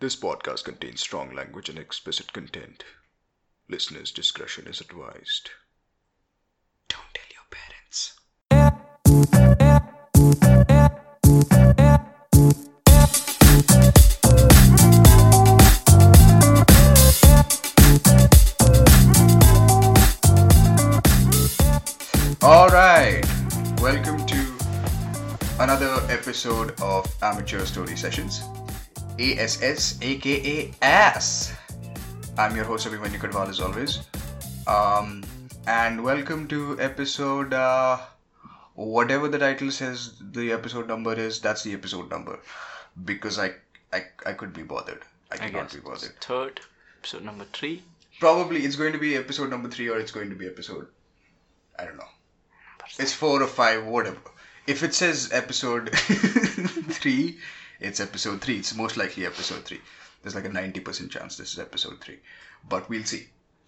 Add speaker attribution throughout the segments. Speaker 1: This podcast contains strong language and explicit content. Listener's discretion is advised. Don't tell your parents. All right, welcome to another episode of Amateur Story Sessions, ASS, aka ASS. I'm your host Abhimanyu Kadwal as always, um, and welcome to episode uh, whatever the title says. The episode number is that's the episode number because I I, I could be bothered. I
Speaker 2: I
Speaker 1: cannot
Speaker 2: guess
Speaker 1: be
Speaker 2: it's
Speaker 1: bothered.
Speaker 2: third episode number three,
Speaker 1: Probably it's going to be episode number three or it's going to be episode. I don't know. It's four or five, whatever. If it says episode three, it's episode three. It's most likely episode three. There's like a 90% chance this is episode three. But we'll see.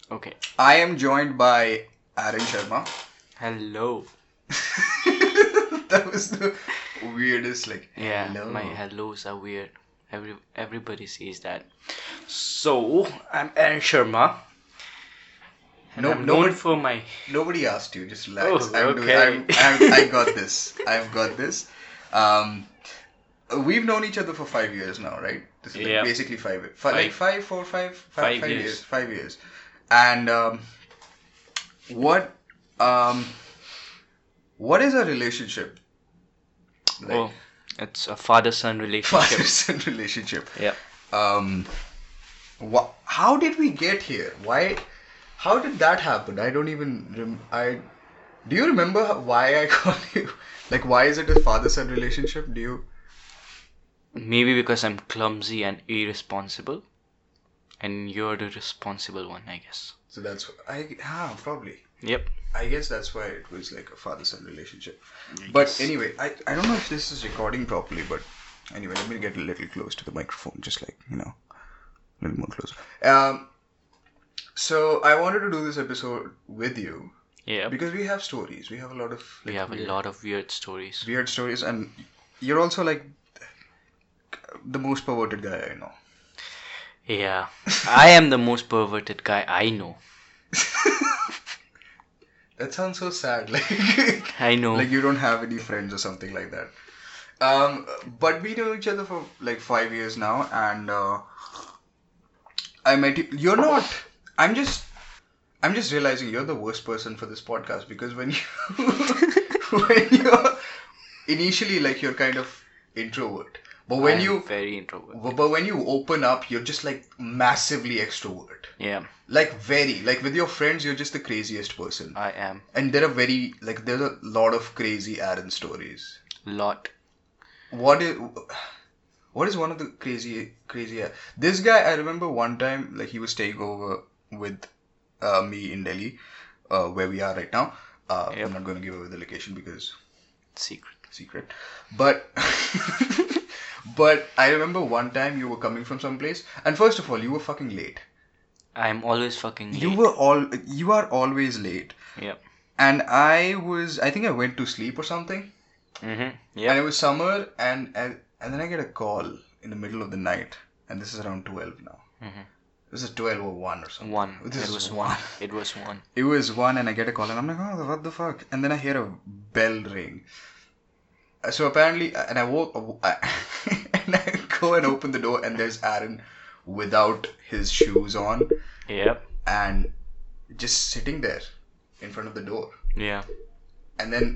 Speaker 2: Okay.
Speaker 1: I am joined by Aaron Sharma.
Speaker 2: Hello.
Speaker 1: that was the weirdest, like,
Speaker 2: Yeah,
Speaker 1: hello.
Speaker 2: my hellos are weird. Every everybody says that. So I'm Aaron Sharma. And
Speaker 1: No-
Speaker 2: I'm
Speaker 1: no
Speaker 2: known
Speaker 1: one-
Speaker 2: for my
Speaker 1: Nobody asked you. Just relax.
Speaker 2: Oh,
Speaker 1: I'm doing,
Speaker 2: okay.
Speaker 1: I'm, I'm, I got this. I've got this. Um, we've known each other for five years now, right? This is like
Speaker 2: Yeah.
Speaker 1: basically five, five, like
Speaker 2: Five.
Speaker 1: five, four, five, five,
Speaker 2: Five
Speaker 1: five years.
Speaker 2: years.
Speaker 1: five years. And um, what, um, what is our relationship? Like
Speaker 2: oh, it's a father-son relationship.
Speaker 1: father-son relationship.
Speaker 2: yeah.
Speaker 1: Um, wha- how did we get here? Why? How did that happen? I don't even. Rem- I do you remember h- why I call you? Like, why is it a father-son relationship? Do you?
Speaker 2: Maybe because I'm clumsy and irresponsible, and you're the responsible one, I guess.
Speaker 1: So that's I ah probably.
Speaker 2: Yep.
Speaker 1: I guess that's why it was like a father-son relationship. But anyway, I I don't know if this is recording properly, but anyway, let me get a little close to the microphone, just like you know, a little more close. Um. So I wanted to do this episode with you
Speaker 2: Yeah.
Speaker 1: because we have stories. We have a lot of
Speaker 2: We have a
Speaker 1: weird-
Speaker 2: lot of weird stories.
Speaker 1: weird stories, and you're also like the most perverted guy I know.
Speaker 2: Yeah. I am the most perverted guy I know.
Speaker 1: That sounds so sad. Like,
Speaker 2: I know.
Speaker 1: like you don't have any friends or something like that. Um, but we know each other for like five years now, and uh, I met you. You're not. I'm just. I'm just realizing you're the worst person for this podcast because when you when you're initially like you're kind of introvert, but when
Speaker 2: I am
Speaker 1: you
Speaker 2: very introvert.
Speaker 1: But but when you open up, you're just like massively extrovert.
Speaker 2: Yeah,
Speaker 1: Like very like with your friends, you're just the craziest person.
Speaker 2: I am
Speaker 1: And there are very like there's a lot of crazy Aaron stories.
Speaker 2: lot.
Speaker 1: What is what is one of the crazy crazy this guy? I remember one time like he was staying over with uh, me in Delhi, uh, where we are right now. Uh,
Speaker 2: Yep.
Speaker 1: I'm not going to give away the location because
Speaker 2: Secret.
Speaker 1: secret. But but I remember one time you were coming from some place, and first of all, you were fucking late.
Speaker 2: I'm always fucking late.
Speaker 1: You were all you are always late,
Speaker 2: Yeah.
Speaker 1: and I was I think I went to sleep or something,
Speaker 2: Mm-hmm.
Speaker 1: and
Speaker 2: Yeah.
Speaker 1: it was summer, and and, and then I get a call in the middle of the night, and this is around twelve now.
Speaker 2: Mhm.
Speaker 1: This is twelve or one or something.
Speaker 2: One.
Speaker 1: This
Speaker 2: it
Speaker 1: is
Speaker 2: was one. It was one.
Speaker 1: It was one, and I get a call, and I'm like, oh, what the fuck? And then I hear a bell ring. Uh, So apparently, and I woke, uh, I- and I go and open the door, and there's Aaron without his shoes on,
Speaker 2: Yeah.
Speaker 1: and just sitting there in front of the door.
Speaker 2: Yeah.
Speaker 1: And then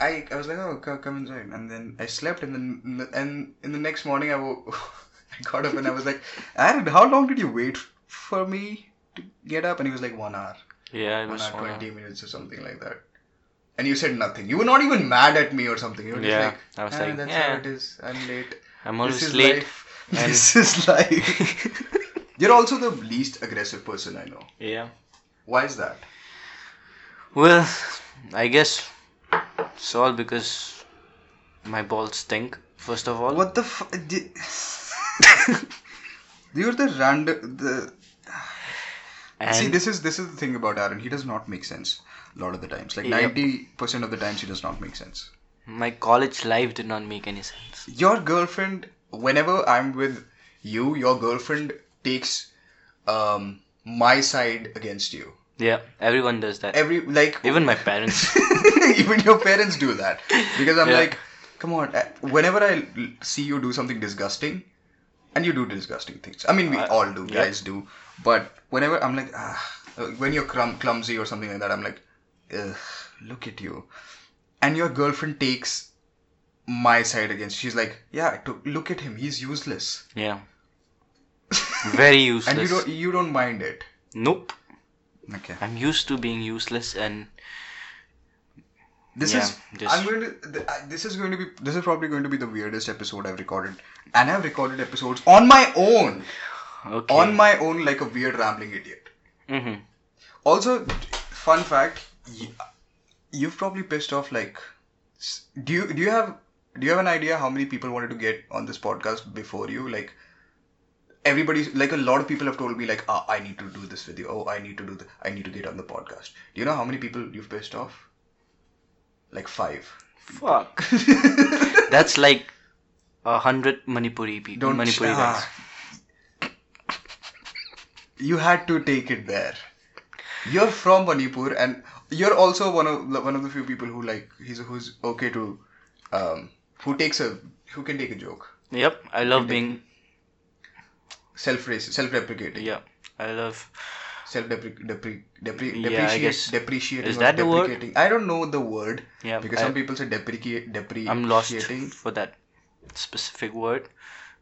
Speaker 1: I, I was like, oh, co- come inside. And then I slept, and then and in the next morning I woke, I got up, and I was like, Aaron, how long did you wait for me to get up? And he was like, one hour
Speaker 2: Yeah. It
Speaker 1: one
Speaker 2: was
Speaker 1: hour,
Speaker 2: one.
Speaker 1: 20 minutes or something like that. And you said nothing. You were not even mad at me or something. You were just
Speaker 2: Yeah,
Speaker 1: like,
Speaker 2: I was
Speaker 1: "Ah,
Speaker 2: like,
Speaker 1: that's
Speaker 2: yeah."
Speaker 1: how it is. I'm late.
Speaker 2: I'm
Speaker 1: This
Speaker 2: always
Speaker 1: is
Speaker 2: late.
Speaker 1: life.
Speaker 2: and-
Speaker 1: This is life. You're also the least aggressive person I know.
Speaker 2: Yeah.
Speaker 1: Why is that?
Speaker 2: Well, I guess it's all because my balls stink. First of all.
Speaker 1: What the f- di- You're the random. The,
Speaker 2: And
Speaker 1: see, this is this is the thing about Aaron. He does not make sense a lot of the times. Like
Speaker 2: Yep.
Speaker 1: ninety percent of the times, he does not make sense.
Speaker 2: my college life did not make any sense.
Speaker 1: your girlfriend whenever i'm with you, your girlfriend takes um, my side against you.
Speaker 2: Yeah, everyone does that.
Speaker 1: Every like
Speaker 2: Even my parents.
Speaker 1: even your parents do that because I'm
Speaker 2: Yeah.
Speaker 1: like, come on. uh, Whenever I l- see you do something disgusting, and you do disgusting things. I mean, we
Speaker 2: I-
Speaker 1: all do,
Speaker 2: Uh, yeah.
Speaker 1: guys do. But whenever I'm like, ah, uh, when you're clum- clumsy or something like that, I'm like, Ugh, look at you. And your girlfriend takes my side against. She's like, yeah, I took- look at him. He's useless.
Speaker 2: yeah. Very useless.
Speaker 1: And you don't you don't mind it.
Speaker 2: Nope.
Speaker 1: Okay.
Speaker 2: I'm used to being useless and
Speaker 1: This
Speaker 2: Yeah,
Speaker 1: is
Speaker 2: this-
Speaker 1: I'm going to th- I- this is going to be this is probably going to be the weirdest episode I've recorded, and I've recorded episodes on my own,
Speaker 2: okay.
Speaker 1: on my own like a weird rambling idiot.
Speaker 2: mm-hmm.
Speaker 1: Also, fun fact, y- you've probably pissed off like, s- do you do you have do you have an idea how many people wanted to get on this podcast before you like? Everybody's like a lot of people have told me like, ah, I need to do this with you. Oh, I need to do. Th- I need to get on the podcast. Do you know how many people you've pissed off? Like five.
Speaker 2: Fuck. That's like a hundred Manipuri people.
Speaker 1: Don't ah.
Speaker 2: Manipuri guys.
Speaker 1: You had to take it there. You're from Manipur, and you're also one of the- one of the few people who like he's who's okay to, um, who takes a who can take a joke,
Speaker 2: Yep. I love being.
Speaker 1: self racist, self deprecating,
Speaker 2: Yeah. I love.
Speaker 1: self deprecating,
Speaker 2: Yeah, I guess-
Speaker 1: depreciate, depreciating,
Speaker 2: is
Speaker 1: or
Speaker 2: that the word?
Speaker 1: deprecating. I don't know the word
Speaker 2: Yeah.
Speaker 1: because
Speaker 2: I,
Speaker 1: some people say deprecate, depreciating.
Speaker 2: I'm lost for that specific word,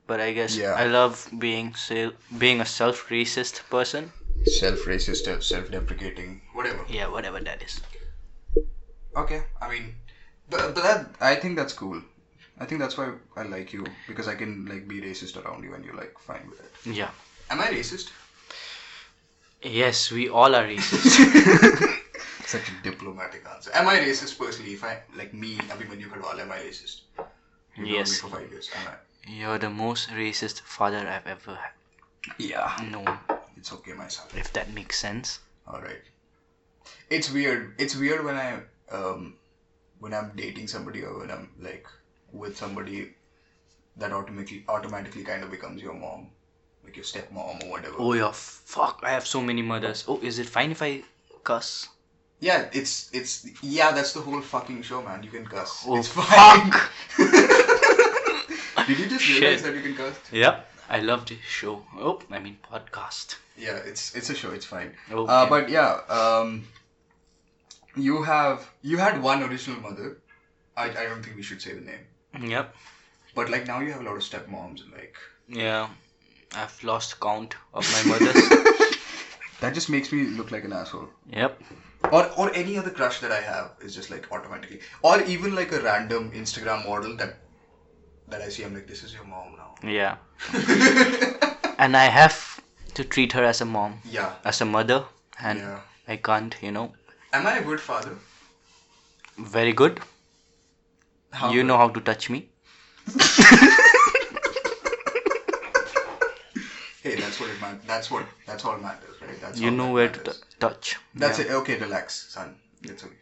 Speaker 2: but I guess
Speaker 1: Yeah.
Speaker 2: I love being sel- being a self-racist person.
Speaker 1: Self racist, self deprecating, whatever.
Speaker 2: Yeah, whatever that is.
Speaker 1: Okay, I mean, but, but that I think that's cool. I think that's why I like you because I can like be racist around you and you're like fine with it.
Speaker 2: Yeah.
Speaker 1: Am I racist?
Speaker 2: Yes, we all are racist.
Speaker 1: Such a diplomatic answer. Am I racist personally? If I like me, Abhimanyu Kharwal, am I racist? You known
Speaker 2: Yes.
Speaker 1: Me for five years. Am I?
Speaker 2: You're the most racist father I've ever ha-
Speaker 1: Yeah.
Speaker 2: known.
Speaker 1: It's okay, my son.
Speaker 2: If that makes sense.
Speaker 1: All right. It's weird. It's weird when I um when I'm dating somebody or when I'm like with somebody that automatically automatically kind of becomes your mom, like your stepmom or whatever.
Speaker 2: Oh yeah, fuck! I have so many mothers. Oh, is it fine if I cuss?
Speaker 1: Yeah, it's it's yeah, that's the whole fucking show, man. You can cuss.
Speaker 2: Oh,
Speaker 1: it's fine. Did you just realize
Speaker 2: Shit.
Speaker 1: that you can cuss?
Speaker 2: Yeah. I love this show. Oh, I mean podcast.
Speaker 1: Yeah, it's it's a show. It's fine.
Speaker 2: Oh,
Speaker 1: Uh, but yeah, um, you have you had one original mother. I, I don't think we should say the name.
Speaker 2: yep.
Speaker 1: But like now you have a lot of stepmoms and like
Speaker 2: Yeah. I've lost count of my mothers.
Speaker 1: that just makes me look like an asshole.
Speaker 2: yep.
Speaker 1: Or or any other crush that I have is just like automatically, or even like a random Instagram model that that I see. I'm like, this is your mom now.
Speaker 2: Yeah. and I have to treat her as a mom,
Speaker 1: Yeah.
Speaker 2: as a mother, and
Speaker 1: Yeah.
Speaker 2: I can't, you know.
Speaker 1: Am I a good father?
Speaker 2: Very good.
Speaker 1: How
Speaker 2: you
Speaker 1: good?
Speaker 2: know how to touch me.
Speaker 1: Hey, that's what it matters. That's what. That's all matters, right? That's
Speaker 2: You
Speaker 1: all
Speaker 2: know
Speaker 1: that
Speaker 2: where to
Speaker 1: matters.
Speaker 2: t- touch.
Speaker 1: That's
Speaker 2: Yeah.
Speaker 1: it. Okay, relax, son. It's okay.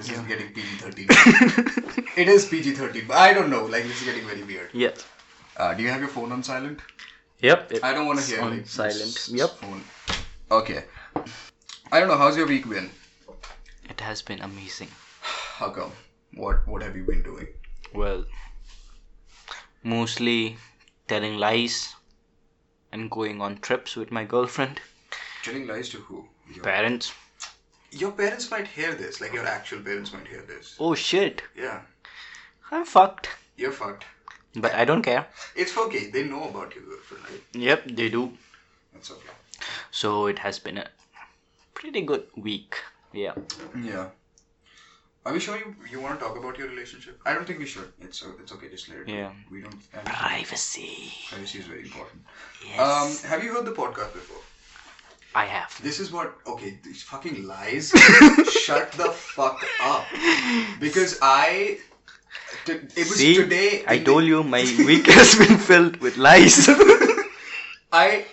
Speaker 1: This is getting PG thirteen. it is PG thirteen, but I don't know. Like this is getting very weird.
Speaker 2: Yep.
Speaker 1: Uh, do you have your phone on silent?
Speaker 2: Yep.
Speaker 1: I don't want to
Speaker 2: it's
Speaker 1: hear
Speaker 2: on
Speaker 1: like,
Speaker 2: silent.
Speaker 1: this
Speaker 2: Yep.
Speaker 1: Phone. Okay. I don't know. How's your week been?
Speaker 2: It has been amazing.
Speaker 1: How come? What What have you been doing?
Speaker 2: Well, mostly telling lies and going on trips with my girlfriend,
Speaker 1: Telling lies to who? Your,
Speaker 2: parents.
Speaker 1: your parents might hear this. Like your actual parents might hear this.
Speaker 2: Oh shit.
Speaker 1: Yeah,
Speaker 2: I'm fucked.
Speaker 1: you're fucked.
Speaker 2: But I don't care.
Speaker 1: It's okay. They know about your girlfriend, right?
Speaker 2: Yep, they do.
Speaker 1: That's okay.
Speaker 2: So it has been a pretty good week. Yeah.
Speaker 1: Yeah. Are we sure you, you want to talk about your relationship? I don't think we should. It's o- it's okay. Just let it. go.
Speaker 2: Yeah.
Speaker 1: We don't. I don't think
Speaker 2: Privacy.
Speaker 1: privacy is very important. Um,
Speaker 2: Yes.
Speaker 1: have you heard the podcast before?
Speaker 2: I have.
Speaker 1: This is what. Okay, these fucking lies. Shut the fuck up. Because I. T- it was
Speaker 2: See,
Speaker 1: today.
Speaker 2: I
Speaker 1: in the-
Speaker 2: told you my week has been filled with lies.
Speaker 1: I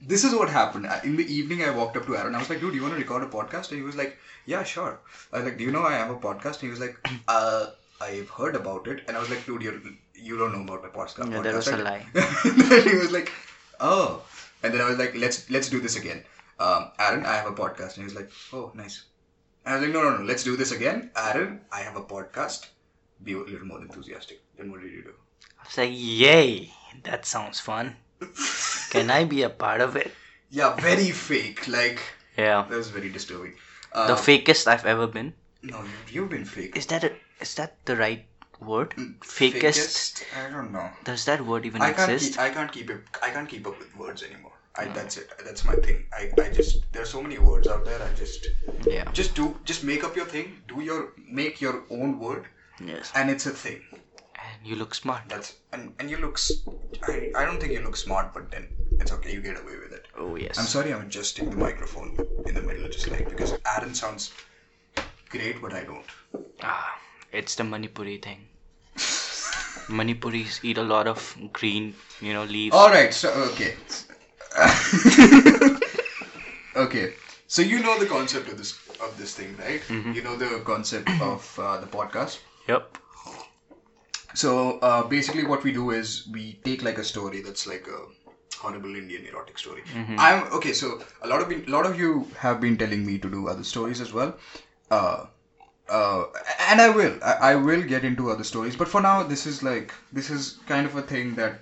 Speaker 1: this is what happened. I- In the evening, I walked up to Aaron. I was like, "Dude, you want to record a podcast?" And he was like, "Yeah, sure." I was like, "Do you know I have a podcast?" And he was like, "Uh, I've heard about it." And I was like, "Dude, you you don't know about my podcast."
Speaker 2: Yeah, that was a
Speaker 1: podcast." And he was like, oh. And then I was like, let's let's do this again. Um, Aaron, I have a podcast. And he was like, oh, nice. And I was like, no, no, no, let's do this again. Aaron, I have a podcast. Be a little more enthusiastic. Then what did you do?
Speaker 2: I was like, yay, that sounds fun. Can I be a part of it?
Speaker 1: Yeah, very fake. Like,
Speaker 2: Yeah.
Speaker 1: that was very disturbing. Um,
Speaker 2: The fakest I've ever been.
Speaker 1: no, you, you've been fake.
Speaker 2: Is that a, is that the right word? Fakest.
Speaker 1: Mm, Fakest? I don't know.
Speaker 2: Does that word even
Speaker 1: I can't
Speaker 2: exist?
Speaker 1: keep, I can't keep it, I can't keep up with words anymore. I, That's it. That's my thing. I, I just there's so many words out there. I just
Speaker 2: Yeah.
Speaker 1: just do just make up your thing. Do your make your own word,
Speaker 2: Yes.
Speaker 1: and it's a thing.
Speaker 2: And you look smart.
Speaker 1: That's and and you look. s- I, I don't think you look smart, but then it's okay. You get away with it.
Speaker 2: Oh yes.
Speaker 1: I'm sorry. I'm adjusting the microphone in the middle, just like because Aaron sounds great, but I don't.
Speaker 2: Ah, it's the Manipuri thing. Manipuris eat a lot of green, you know, leaves.
Speaker 1: All right. So okay. okay. So you know the concept of this of this thing, right? You know the concept of uh, the podcast.
Speaker 2: Yep.
Speaker 1: So uh, basically, what we do is we take like a story that's like a horrible Indian erotic story. I'm okay. So a lot of a lot of you have been telling me to do other stories as well. Uh, uh, and I will, I, I will get into other stories. But for now, this is like this is kind of a thing that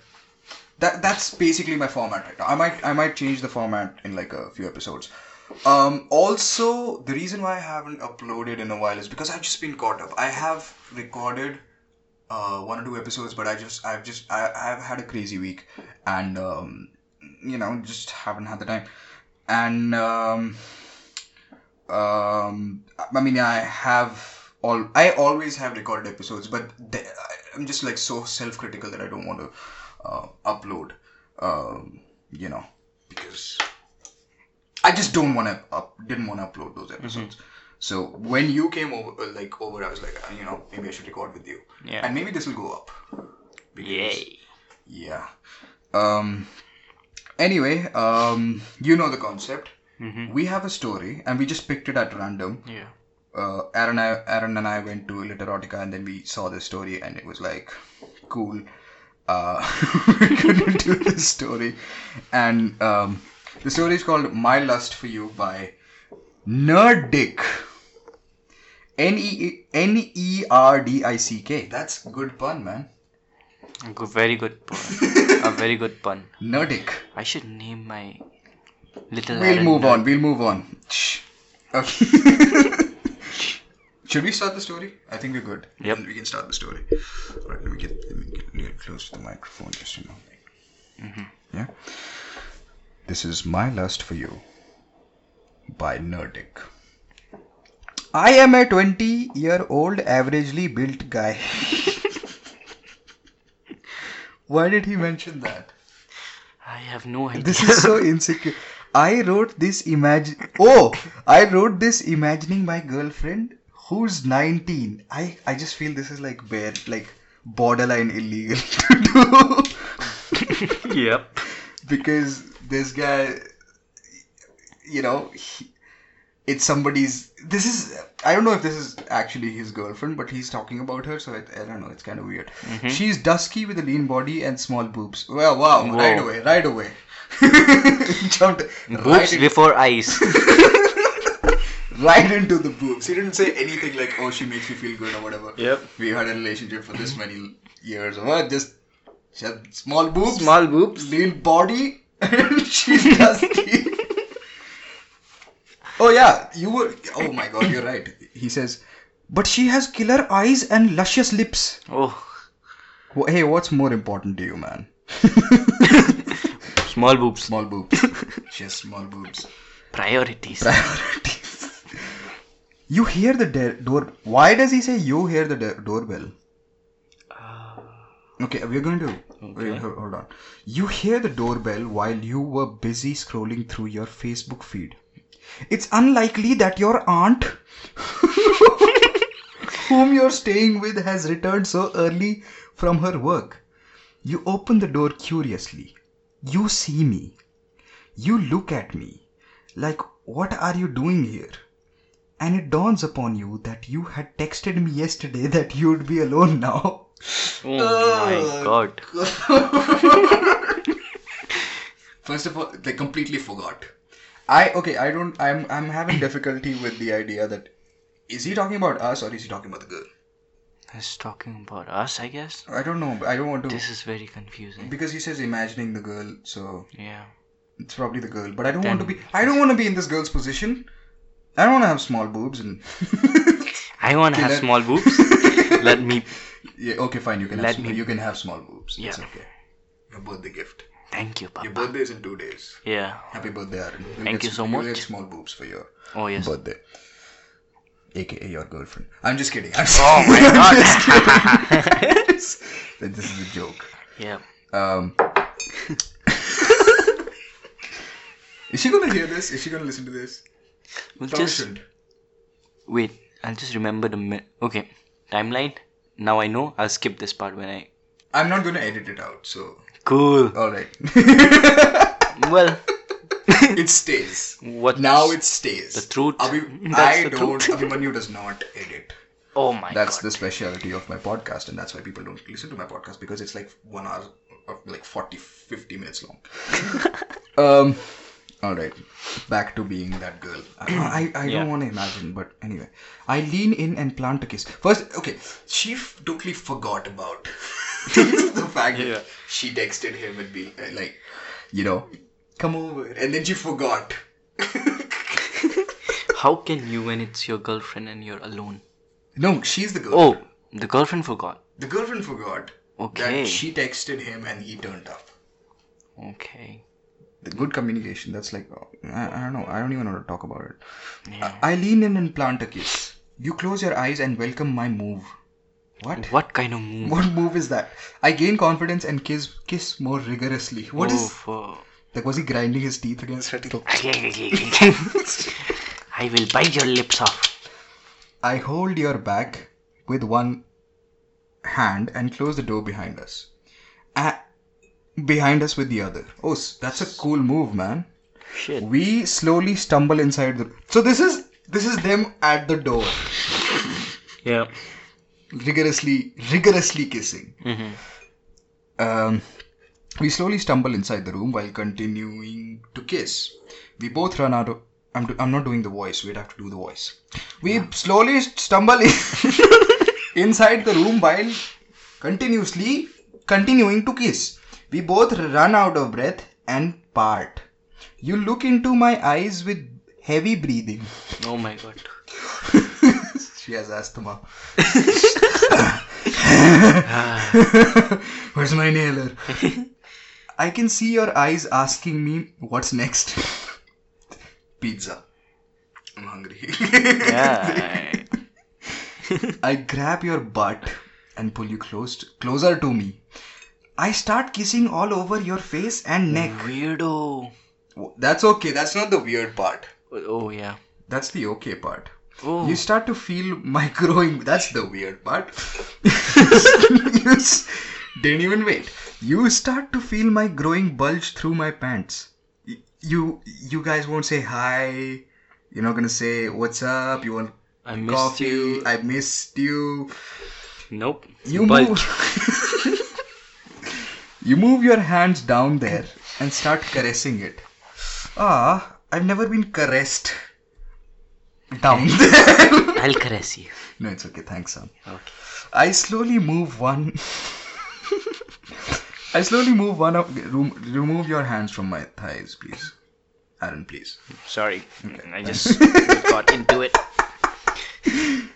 Speaker 1: that that's basically my format right now. I might I might change the format in like a few episodes. Um, also, the reason why I haven't uploaded in a while is because I've just been caught up. I have recorded uh, one or two episodes, but I just I've just I, I've had a crazy week, and um, you know just haven't had the time. And um, um, I mean I have all I always have recorded episodes, but they, I- I'm just like so self-critical that I don't want to uh, upload. Um, you know because I just don't want to up didn't want to upload those
Speaker 2: Mm-hmm.
Speaker 1: episodes. So when you came over, uh, like over, I was like, uh, you know, maybe I should record with you
Speaker 2: Yeah.
Speaker 1: and maybe this will go up.
Speaker 2: Yay.
Speaker 1: Yeah. Um. Anyway, um, you know the concept.
Speaker 2: Mhm.
Speaker 1: We have a story, and we just picked it at random.
Speaker 2: Yeah.
Speaker 1: Uh, Aaron, I, Aaron, and I went to Literotica, and then we saw the story, and it was like, cool. Uh, we're gonna do this story, and um, the story is called "My Lust for You" by Nerdic. N e n e r d i c k. That's good pun, man.
Speaker 2: Good, very good pun. a very good pun.
Speaker 1: Nerdic.
Speaker 2: I should name my little.
Speaker 1: We'll
Speaker 2: island
Speaker 1: move
Speaker 2: nerd.
Speaker 1: on. We'll move on. Shh. Okay. Should we start the story? I think we're good. We
Speaker 2: Yep.
Speaker 1: can- We can start the story. All right. Let me get let me get, get close to the microphone just you know. Yeah. This is my lust for you. By Nerdic. I am a 20 year old averagely built guy. Why did he mention that?
Speaker 2: I have no idea.
Speaker 1: This is so insecure. I wrote this imagine. Oh, I wrote this imagining my girlfriend who's 19. I I just feel this is like bare like borderline illegal to do
Speaker 2: yep.
Speaker 1: because this guy, you know, he, it's somebody's. This is I don't know if this is actually his girlfriend, but he's talking about her, so it, I don't know. It's kind of weird.
Speaker 2: Mm-hmm.
Speaker 1: She's dusky with a lean body and small boobs. Well, wow! Right
Speaker 2: Whoa.
Speaker 1: away, right away. Jumped right,
Speaker 2: Boobs
Speaker 1: in-
Speaker 2: before eyes.
Speaker 1: right into the boobs. He didn't say anything like, "Oh, she makes me feel good" or whatever.
Speaker 2: Yep.
Speaker 1: We had a relationship for this many years. or What? Just she had small boobs
Speaker 2: Small boobs.
Speaker 1: lean body and she's dusty. oh yeah, you were. Oh my god, you're right. He says, but she has killer eyes and luscious lips.
Speaker 2: Oh,
Speaker 1: Wh- Hey, what's more important to you, man?
Speaker 2: small boobs.
Speaker 1: small boobs. She has small boobs.
Speaker 2: Priorities.
Speaker 1: Priorities. You hear the de- door. Why does he say you hear the de- doorbell?
Speaker 2: Oh
Speaker 1: Okay, we're going to. Wait, ho- hold on. You hear the doorbell while you were busy scrolling through your Facebook feed. It's unlikely that your aunt, whom you're staying with, has returned so early from her work. You open the door curiously. You see me. You look at me. Like, what are you doing here? And it dawns upon you that you had texted me yesterday that you'd be alone now.
Speaker 2: Oh my god.
Speaker 1: First of all, they completely forgot. I okay. I don't. I'm. I'm having difficulty with the idea that is he talking about us or is he talking about the girl?
Speaker 2: He's talking about us, I guess.
Speaker 1: I don't know. but I don't want to
Speaker 2: This is very confusing.
Speaker 1: because he says imagining the girl. So
Speaker 2: Yeah.
Speaker 1: it's probably the girl. But I don't want to
Speaker 2: Then-
Speaker 1: be. I don't want to be in this girl's position. I don't want to have small boobs and.
Speaker 2: I want to have
Speaker 1: let-
Speaker 2: small boobs. Let me.
Speaker 1: Yeah. Okay. Fine. You can.
Speaker 2: Let
Speaker 1: have, sm-
Speaker 2: me-
Speaker 1: You can have small boobs. It's
Speaker 2: Yeah.
Speaker 1: okay. Your birthday gift.
Speaker 2: Thank you,
Speaker 1: Your
Speaker 2: Papa.
Speaker 1: birthday is in two days.
Speaker 2: Yeah.
Speaker 1: Happy birthday, Aaron. You'll
Speaker 2: Thank
Speaker 1: get
Speaker 2: you
Speaker 1: sm-
Speaker 2: so
Speaker 1: you'll
Speaker 2: much.
Speaker 1: get small boobs for your
Speaker 2: Oh yes.
Speaker 1: birthday. AKA your girlfriend. I'm just kidding. I'm
Speaker 2: Oh my God.
Speaker 1: god. this is a joke.
Speaker 2: Yeah.
Speaker 1: Um, is she gonna hear this? Is she gonna listen to this?
Speaker 2: We'll
Speaker 1: Probably
Speaker 2: just
Speaker 1: shouldn't.
Speaker 2: wait. I'll just remember the mi- okay timeline. Now I know. I'll skip this part when I.
Speaker 1: I'm not gonna edit it out. So
Speaker 2: Cool.
Speaker 1: all right.
Speaker 2: Well,
Speaker 1: it stays.
Speaker 2: what
Speaker 1: Now it stays.
Speaker 2: The truth.
Speaker 1: Abhi-
Speaker 2: That's
Speaker 1: I
Speaker 2: the
Speaker 1: don't.
Speaker 2: truth.
Speaker 1: Abhimanyu does not edit.
Speaker 2: Oh my
Speaker 1: That's
Speaker 2: god.
Speaker 1: the speciality of my podcast, and that's why people don't listen to my podcast because it's like one hour, of like 40, 50 minutes long. um, all right, back to being that girl. I, I, I
Speaker 2: Yeah.
Speaker 1: don't want to imagine, but anyway, I lean in and plant a kiss. First, okay, she f- totally forgot about the fact
Speaker 2: Yeah.
Speaker 1: that she texted him and be uh, like, you know, come over, and then she forgot.
Speaker 2: How can you when it's your girlfriend and you're alone?
Speaker 1: No, she's the girl.
Speaker 2: Oh, the girlfriend forgot.
Speaker 1: The girlfriend forgot
Speaker 2: Okay.
Speaker 1: that she texted him and he turned up.
Speaker 2: Okay.
Speaker 1: the good communication that's like uh, I, I don't know i don't even want to talk about it
Speaker 2: Yeah.
Speaker 1: I, I lean in and plant a kiss you close your eyes and welcome my move what
Speaker 2: What kind of move?
Speaker 1: what move is that i gain confidence and kiss kiss more rigorously What is?
Speaker 2: Oh, for-
Speaker 1: like was he grinding his teeth against her teeth
Speaker 2: I will bite your lips off.
Speaker 1: i hold your back with one hand and close the door behind us A- behind us with the other oh s- that's a cool move man
Speaker 2: Shit.
Speaker 1: we slowly stumble inside the so this is this is them at the door
Speaker 2: Yeah.
Speaker 1: rigorously rigorously kissing
Speaker 2: Mm-hmm.
Speaker 1: um, we slowly stumble inside the room while continuing to kiss we both run out of i'm, do, I'm not doing the voice we'd have to do the voice we slowly stumble in- inside the room while continuously continuing to kiss we both run out of breath and part you look into my eyes with heavy breathing
Speaker 2: Oh my god.
Speaker 1: she has asthma. Where's my nailer? I can see your eyes asking me what's next. Pizza. I'm hungry.
Speaker 2: Yeah.
Speaker 1: I grab your butt and pull you close closer to me. I start kissing all over your face and neck.
Speaker 2: Weirdo.
Speaker 1: That's okay. That's not the weird part.
Speaker 2: Oh yeah.
Speaker 1: That's the okay part.
Speaker 2: Oh.
Speaker 1: You start to feel my growing. That's the weird part. you s- didn't even wait. You start to feel my growing bulge through my pants. Y- You you guys won't say hi. You're not gonna say what's up. You want
Speaker 2: I missed
Speaker 1: coffee?
Speaker 2: you.
Speaker 1: I missed you.
Speaker 2: Nope.
Speaker 1: You
Speaker 2: Bulge.
Speaker 1: move. you move your hands down there and start caressing it. Ah, I've never been caressed down there.
Speaker 2: I'll caress you.
Speaker 1: No, it's okay. Thanks, Sam.
Speaker 2: Okay.
Speaker 1: I slowly move one. I slowly move one up. Rem- remove your hands from my thighs, please. Aaron, please.
Speaker 2: Sorry. I just got into it.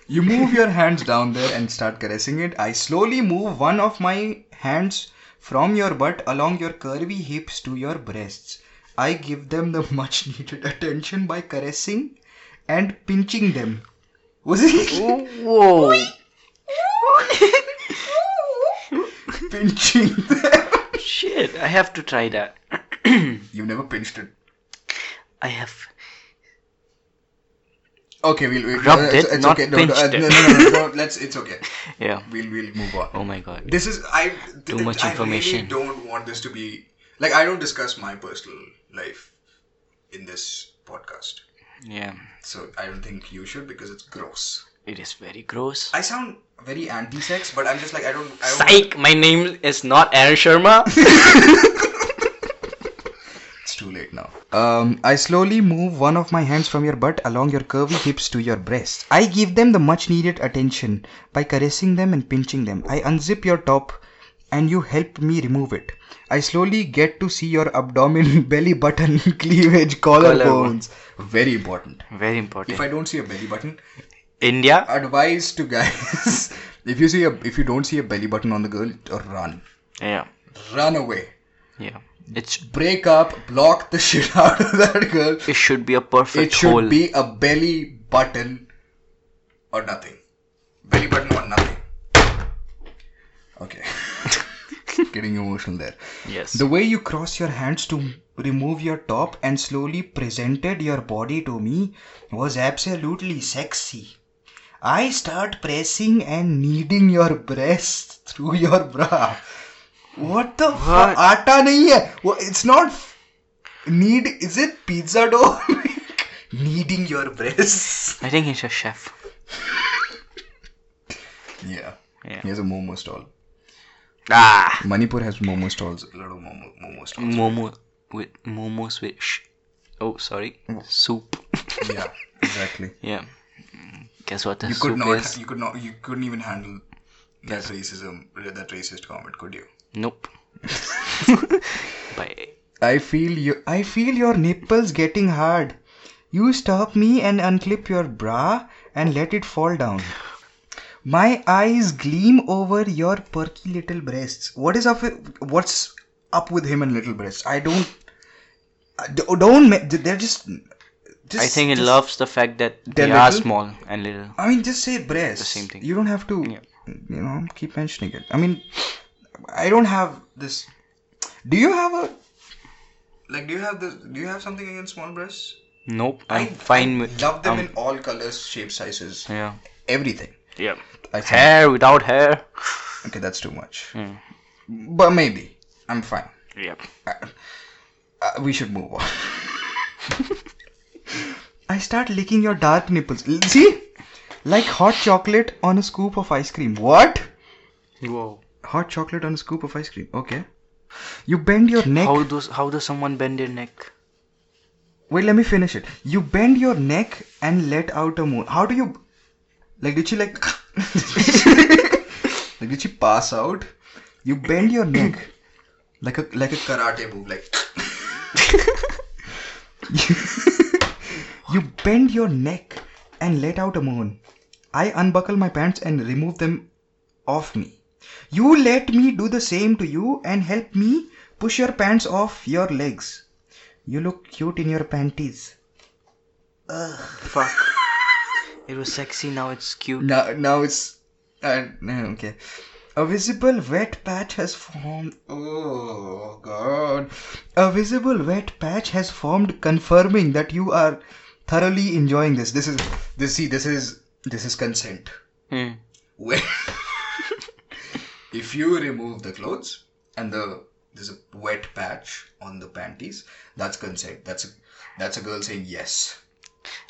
Speaker 1: You move your hands down there and start caressing it. I slowly move one of my hands from your butt along your curvy hips to your breasts. I give them the much needed attention by caressing and pinching them. Was
Speaker 2: Oh.
Speaker 1: it
Speaker 2: Whoa.
Speaker 1: pinching them?
Speaker 2: Shit. I have to try that.
Speaker 1: You never pinched it.
Speaker 2: I have.
Speaker 1: Okay, we'll, we'll
Speaker 2: Rubbed
Speaker 1: it's,
Speaker 2: it,
Speaker 1: it's
Speaker 2: not
Speaker 1: okay. No, no, uh,
Speaker 2: pinched
Speaker 1: no,
Speaker 2: it.
Speaker 1: no, no, no, no, Let's. It's okay.
Speaker 2: Yeah.
Speaker 1: We'll we'll move on.
Speaker 2: Oh my god.
Speaker 1: This is I.
Speaker 2: Too much
Speaker 1: I
Speaker 2: information.
Speaker 1: really don't want this to be like I don't discuss my personal life in this podcast,
Speaker 2: Yeah.
Speaker 1: so I don't think you should because it's gross.
Speaker 2: It is very gross.
Speaker 1: I sound very anti-sex, but I'm just like I don't. I don't
Speaker 2: Psych. My name is not Aaron Sharma.
Speaker 1: too late now. Um, I slowly move one of my hands from your butt along your curvy hips to your breasts. I give them the much needed attention by caressing them and pinching them. I unzip your top and you help me remove it. I slowly get to see your abdomen, belly button, cleavage, collarbones. Very important.
Speaker 2: Very important.
Speaker 1: If I don't see a belly button,
Speaker 2: India,
Speaker 1: advice to guys if you see a if you don't see a belly button on the girl, run.
Speaker 2: yeah,
Speaker 1: Run away.
Speaker 2: yeah. It's
Speaker 1: Break up, block the shit out of that girl.
Speaker 2: it should be a perfect
Speaker 1: it should
Speaker 2: hole.
Speaker 1: be a belly button or nothing. Belly button or nothing. Okay. Getting emotional there.
Speaker 2: yes.
Speaker 1: The way you cross your hands to remove your top and slowly presented your body to me was absolutely sexy. I start pressing and kneading your breast through your bra. What the fuck?
Speaker 2: What?
Speaker 1: Aata nahi hai. Wo- It's not f- need. Is it pizza dough? kneading your breasts.
Speaker 2: I think he's a chef.
Speaker 1: Yeah.
Speaker 2: Yeah.
Speaker 1: He has a momo stall.
Speaker 2: Ah,
Speaker 1: Manipur has momo stalls. A lot of momo, momo stalls.
Speaker 2: momo with momos with sh- oh sorry soup.
Speaker 1: yeah. Exactly.
Speaker 2: yeah. Guess what the
Speaker 1: You
Speaker 2: soup
Speaker 1: could not.
Speaker 2: is?
Speaker 1: You could not. You couldn't even handle that racism. That racist comment, could you?
Speaker 2: Nope. Bye.
Speaker 1: I feel you. I feel your nipples getting hard. You stop me and unclip your bra and let it fall down. My eyes gleam over your perky little breasts. What is up? with- What's up with him and little breasts? I don't. I d- Don't. ma- They're just. just
Speaker 2: I think it
Speaker 1: just-
Speaker 2: loves the fact that they
Speaker 1: They're
Speaker 2: are
Speaker 1: little.
Speaker 2: small and little.
Speaker 1: I mean, just say breast. The
Speaker 2: same thing.
Speaker 1: You don't have to,
Speaker 2: Yeah.
Speaker 1: you know, keep mentioning it. I mean, I don't have this. Do you have a like? Do you have this? Do you have something against small breasts?
Speaker 2: Nope. I'm fine
Speaker 1: I
Speaker 2: with
Speaker 1: love them
Speaker 2: um,
Speaker 1: in all colors, shapes, sizes,
Speaker 2: Yeah.
Speaker 1: everything.
Speaker 2: Yeah.
Speaker 1: I think.
Speaker 2: Hair without hair.
Speaker 1: Okay, that's too much.
Speaker 2: Hmm.
Speaker 1: But maybe I'm fine.
Speaker 2: Yeah.
Speaker 1: Uh, we should move on. I start licking your dark nipples. L- See, like hot chocolate on a scoop of ice cream. What?
Speaker 2: Whoa.
Speaker 1: hot chocolate on a scoop of ice cream. Okay. You bend your neck.
Speaker 2: How does how does someone bend their neck?
Speaker 1: Wait, let me finish it. You bend your neck and let out a moan. How do you? Like, did she like? like, did she pass out? You bend your neck, like a like a karate move. Like. you, you bend your neck and let out a moan. I unbuckle my pants and remove them off me. You let me do the same to you and help me push your pants off your legs. You look cute in your panties.
Speaker 2: Fuck. It was sexy. Now it's cute.
Speaker 1: Now, now it's. Uh, okay. A visible wet patch has formed. Oh, God. A visible wet patch has formed, confirming that you are thoroughly enjoying this. This is. This, see, this is. This is consent.
Speaker 2: Hmm.
Speaker 1: When. if you remove the clothes and the. There's a wet patch on the panties. That's consent. That's a, that's a girl saying yes.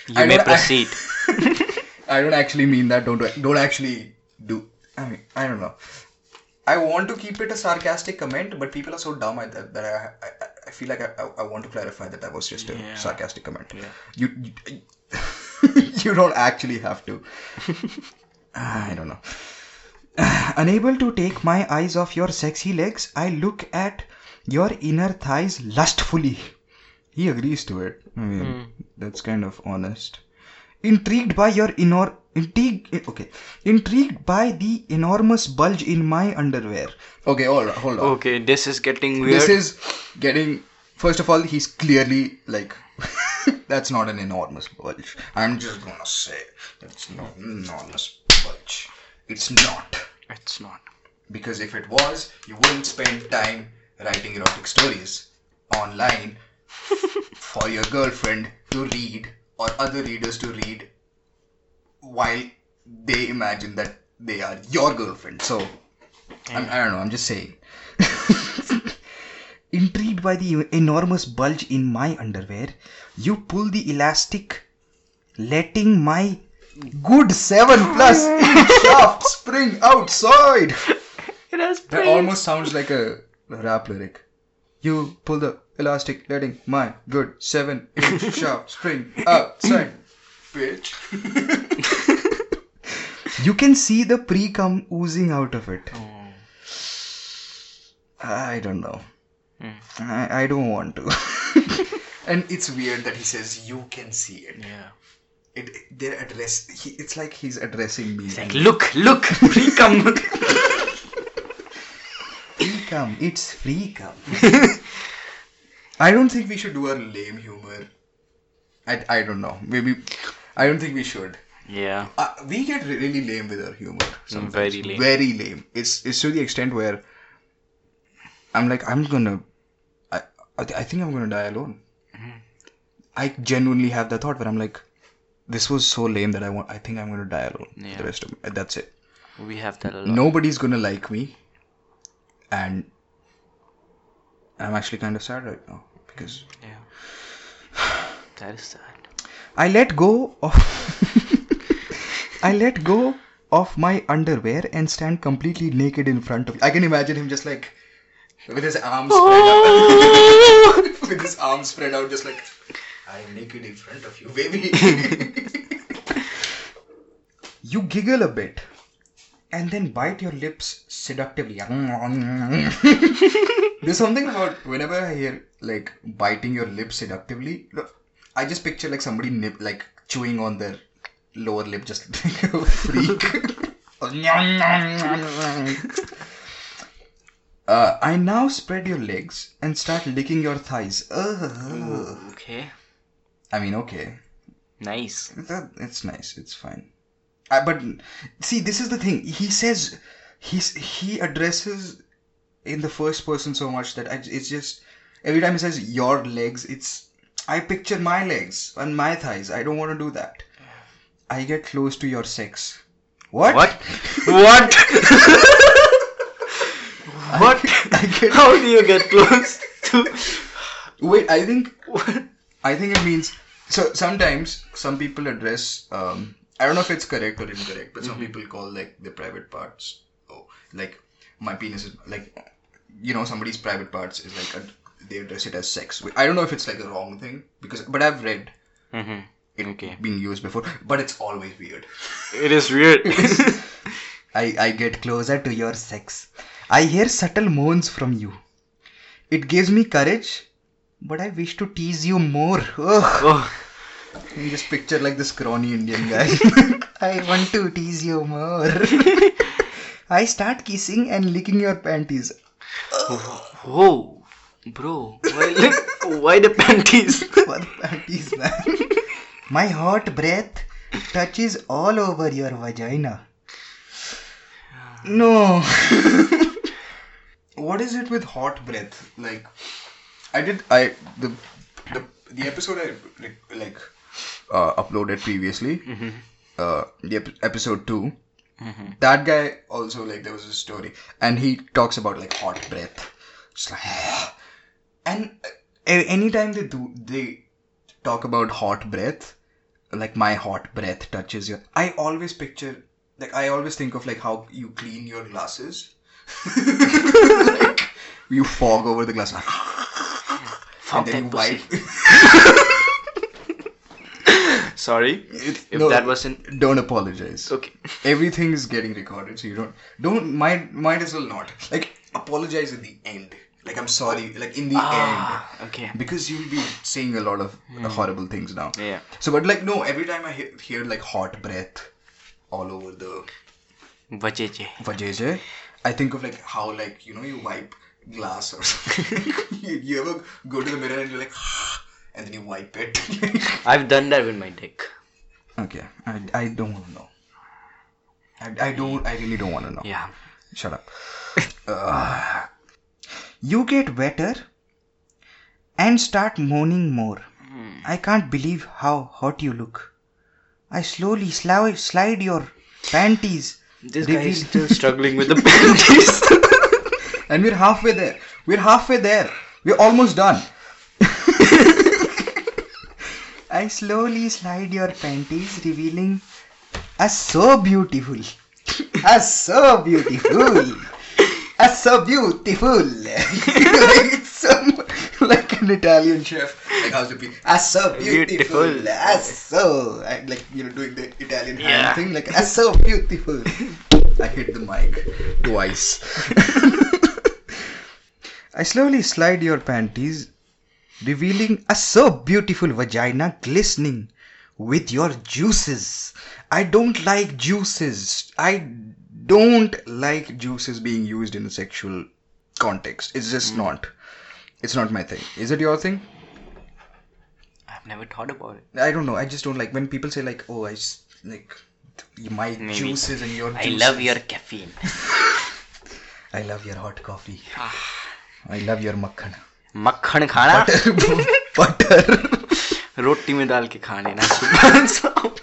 Speaker 2: You
Speaker 1: I
Speaker 2: may
Speaker 1: don't- I-
Speaker 2: proceed.
Speaker 1: I don't actually mean that. Don't don't actually do. I mean, I don't know. I want to keep it a sarcastic comment, but people are so dumb I, that, that I, I I feel like I, I, I want to clarify that that was just a
Speaker 2: Yeah.
Speaker 1: sarcastic comment.
Speaker 2: Yeah.
Speaker 1: You you, you don't actually have to. I don't know. Unable to take my eyes off your sexy legs, I look at your inner thighs lustfully. He agrees to it. I mean, that's kind of honest. Intrigued by your inor intrigue eh, okay. Intrigued by the enormous bulge in my underwear. Okay, hold on, hold on.
Speaker 2: okay, this is getting weird.
Speaker 1: This is getting first of all, he's clearly like that's not an enormous bulge. I'm just gonna say that's not an enormous bulge. It's not.
Speaker 2: it's not.
Speaker 1: Because if it was, you wouldn't spend time writing erotic stories online for your girlfriend to read or other readers to read while they imagine that they are your girlfriend. So, I'm, I don't know, I'm just saying. Intrigued by the enormous bulge in my underwear, you pull the elastic, letting my good 7 plus inch shaft spring outside.
Speaker 2: It has
Speaker 1: That almost sounds like a rap lyric. You pull the elastic letting my good seven inch sharp spring outside. Bitch. you can see the pre cum oozing out of it.
Speaker 2: Oh.
Speaker 1: I don't know.
Speaker 2: Mm.
Speaker 1: I, I don't want to. and it's weird that he says you can see it.
Speaker 2: Yeah.
Speaker 1: it their address. He, it's like he's addressing me.
Speaker 2: Like, look, look, free cum.
Speaker 1: free cum. It's free cum. I don't think we should do our lame humor. I, I don't know. Maybe I don't think we should.
Speaker 2: yeah.
Speaker 1: Uh, we get really lame with our humor. sometimes.
Speaker 2: Mm, very lame.
Speaker 1: Very lame. It's it's to the extent where I'm like I'm gonna. I I, th- I think I'm gonna die alone.
Speaker 2: Mm-hmm.
Speaker 1: I genuinely have that thought where I'm like, this was so lame that I want. I think I'm gonna die alone. for
Speaker 2: Yeah.
Speaker 1: The rest of my, that's it.
Speaker 2: We have that a lot.
Speaker 1: Nobody's gonna like me, and I'm actually kind of sad right now because
Speaker 2: Yeah. That is sad.
Speaker 1: I let go of I let go of my underwear and stand completely naked in front of I can imagine him just like with his arms spread out with his arms spread out just like I'm naked in front of you, baby. you giggle a bit and then bite your lips seductively. There's something about whenever I hear like biting your lips seductively, look, I just picture like somebody nip like chewing on their lower lip, just like a freak. uh, I now spread your legs and start licking your thighs. Ugh.
Speaker 2: Okay.
Speaker 1: I mean, okay,
Speaker 2: Nice.
Speaker 1: that, it's nice, it's fine. I, but see, this is the thing. He says he's he addresses in the first person so much that I, it's just every time he says your legs, it's I picture my legs and my thighs. I don't want to do that. I get close to your sex. What?
Speaker 2: What? what? what?
Speaker 1: I get,
Speaker 2: How do you get close to?
Speaker 1: wait, I think
Speaker 2: What?
Speaker 1: I think it means so. Sometimes some people address. Um, I don't know if it's correct or incorrect, but some people call like the private parts. Oh, like my penis is like, you know, somebody's private parts is like a, they address it as sex. I don't know if it's like a wrong thing because, but I've read
Speaker 2: Mm-hmm.
Speaker 1: it
Speaker 2: Okay.
Speaker 1: being used before. But it's always weird.
Speaker 2: It is weird.
Speaker 1: I, I get closer to your sex. I hear subtle moans from you. It gives me courage, but I wish to tease you more. Ugh.
Speaker 2: oh.
Speaker 1: You just picture like this scrawny Indian guy. I want to tease you more. I start kissing and licking your panties.
Speaker 2: Whoa, bro. Why, look, why the panties?
Speaker 1: What panties, man? My hot breath touches all over your vagina. No. what is it with hot breath? Like, I did. I the the the episode I like, like uh, uploaded previously. Uh, the ep- episode 2 That guy also like there was a story, and he talks about like hot breath. Just like, and uh, a- anytime they do they talk about hot breath like my hot breath touches your i always picture like i always think of like how you clean your glasses like you fog over the glass
Speaker 2: Fuck
Speaker 1: then you
Speaker 2: that pussy.
Speaker 1: wipe
Speaker 2: Sorry.
Speaker 1: It-
Speaker 2: if
Speaker 1: no.
Speaker 2: that wasn't
Speaker 1: don't apologize
Speaker 2: okay.
Speaker 1: everything is getting recorded so you don't don't might might as well not like apologize at the end like i'm sorry like in the end
Speaker 2: Ah, okay.
Speaker 1: because you'll be saying a lot of
Speaker 2: Hmm.
Speaker 1: uh, horrible things now
Speaker 2: Yeah.
Speaker 1: So, but like, no, every time I hear, hear like hot breath all over the
Speaker 2: Vajeje.
Speaker 1: vajayjay, I think of like how, like, you know, you wipe glass or something. you, you ever go to the mirror and you're like, and then you wipe it.
Speaker 2: I've done that with my dick.
Speaker 1: okay, I, I don't want to know. I, I don't, I really don't want to know.
Speaker 2: Yeah.
Speaker 1: Shut up. Ugh. you get wetter and start moaning more. I can't believe how hot you look. I slowly sli- slide your panties.
Speaker 2: This guy
Speaker 1: Reveal-
Speaker 2: is still struggling with the panties.
Speaker 1: and we're halfway there. We're halfway there. We're almost done. I slowly slide your panties, revealing a so beautiful. A so beautiful. A so beautiful. like, some, like an Italian chef. Like how's the be That's so beautiful.
Speaker 2: Beautiful.
Speaker 1: That's so I, like you know doing the Italian hand
Speaker 2: Yeah.
Speaker 1: thing. Like that's so beautiful. I hit the mic twice. I slowly slide your panties, revealing a so beautiful vagina glistening with your juices. I don't like juices. I don't like juices being used in a sexual context. It's just not. It's not my thing. Is it your thing?
Speaker 2: I've never thought about it.
Speaker 1: I don't know. I just don't like when people say like, "Oh, I s- like my juices and your."
Speaker 2: I
Speaker 1: juices.
Speaker 2: love your caffeine.
Speaker 1: I love your hot coffee.
Speaker 2: Ah.
Speaker 1: I love your makhan.
Speaker 2: मक्खन खाना
Speaker 1: Butter, butter.
Speaker 2: रोटी में डाल के खा लेना सुबह सुबह।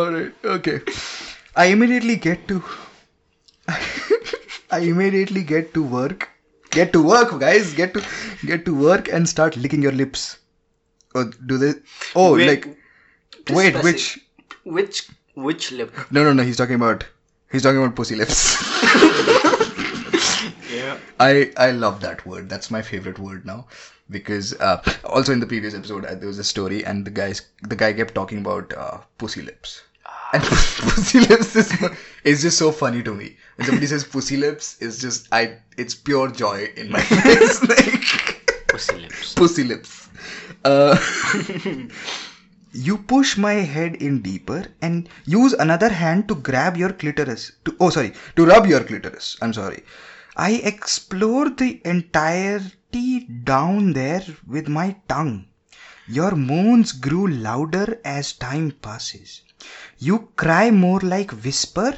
Speaker 1: All right. Okay. I immediately get to. I immediately get to work. Get to work, guys. Get to get to work and start licking your lips. Or do they? Oh,
Speaker 2: Wait,
Speaker 1: like wait,
Speaker 2: specific.
Speaker 1: which?
Speaker 2: Which which lip?
Speaker 1: No, no, no. He's talking about. He's talking about pussy lips.
Speaker 2: Yeah.
Speaker 1: I I love that word. That's my favorite word now because uh, also in the previous episode uh, there was a story and the guys the guy kept talking about uh, pussy lips. And pussy lips is is just so funny to me. When somebody says pussy lips, it's just I it's pure joy in my face. like
Speaker 2: Pussy lips.
Speaker 1: pussy lips. Uh, you push my head in deeper and use another hand to grab your clitoris. To, oh, sorry, to rub your clitoris. I'm sorry. I explore the entirety down there with my tongue. Your moans grew louder as time passes. You cry more like whisper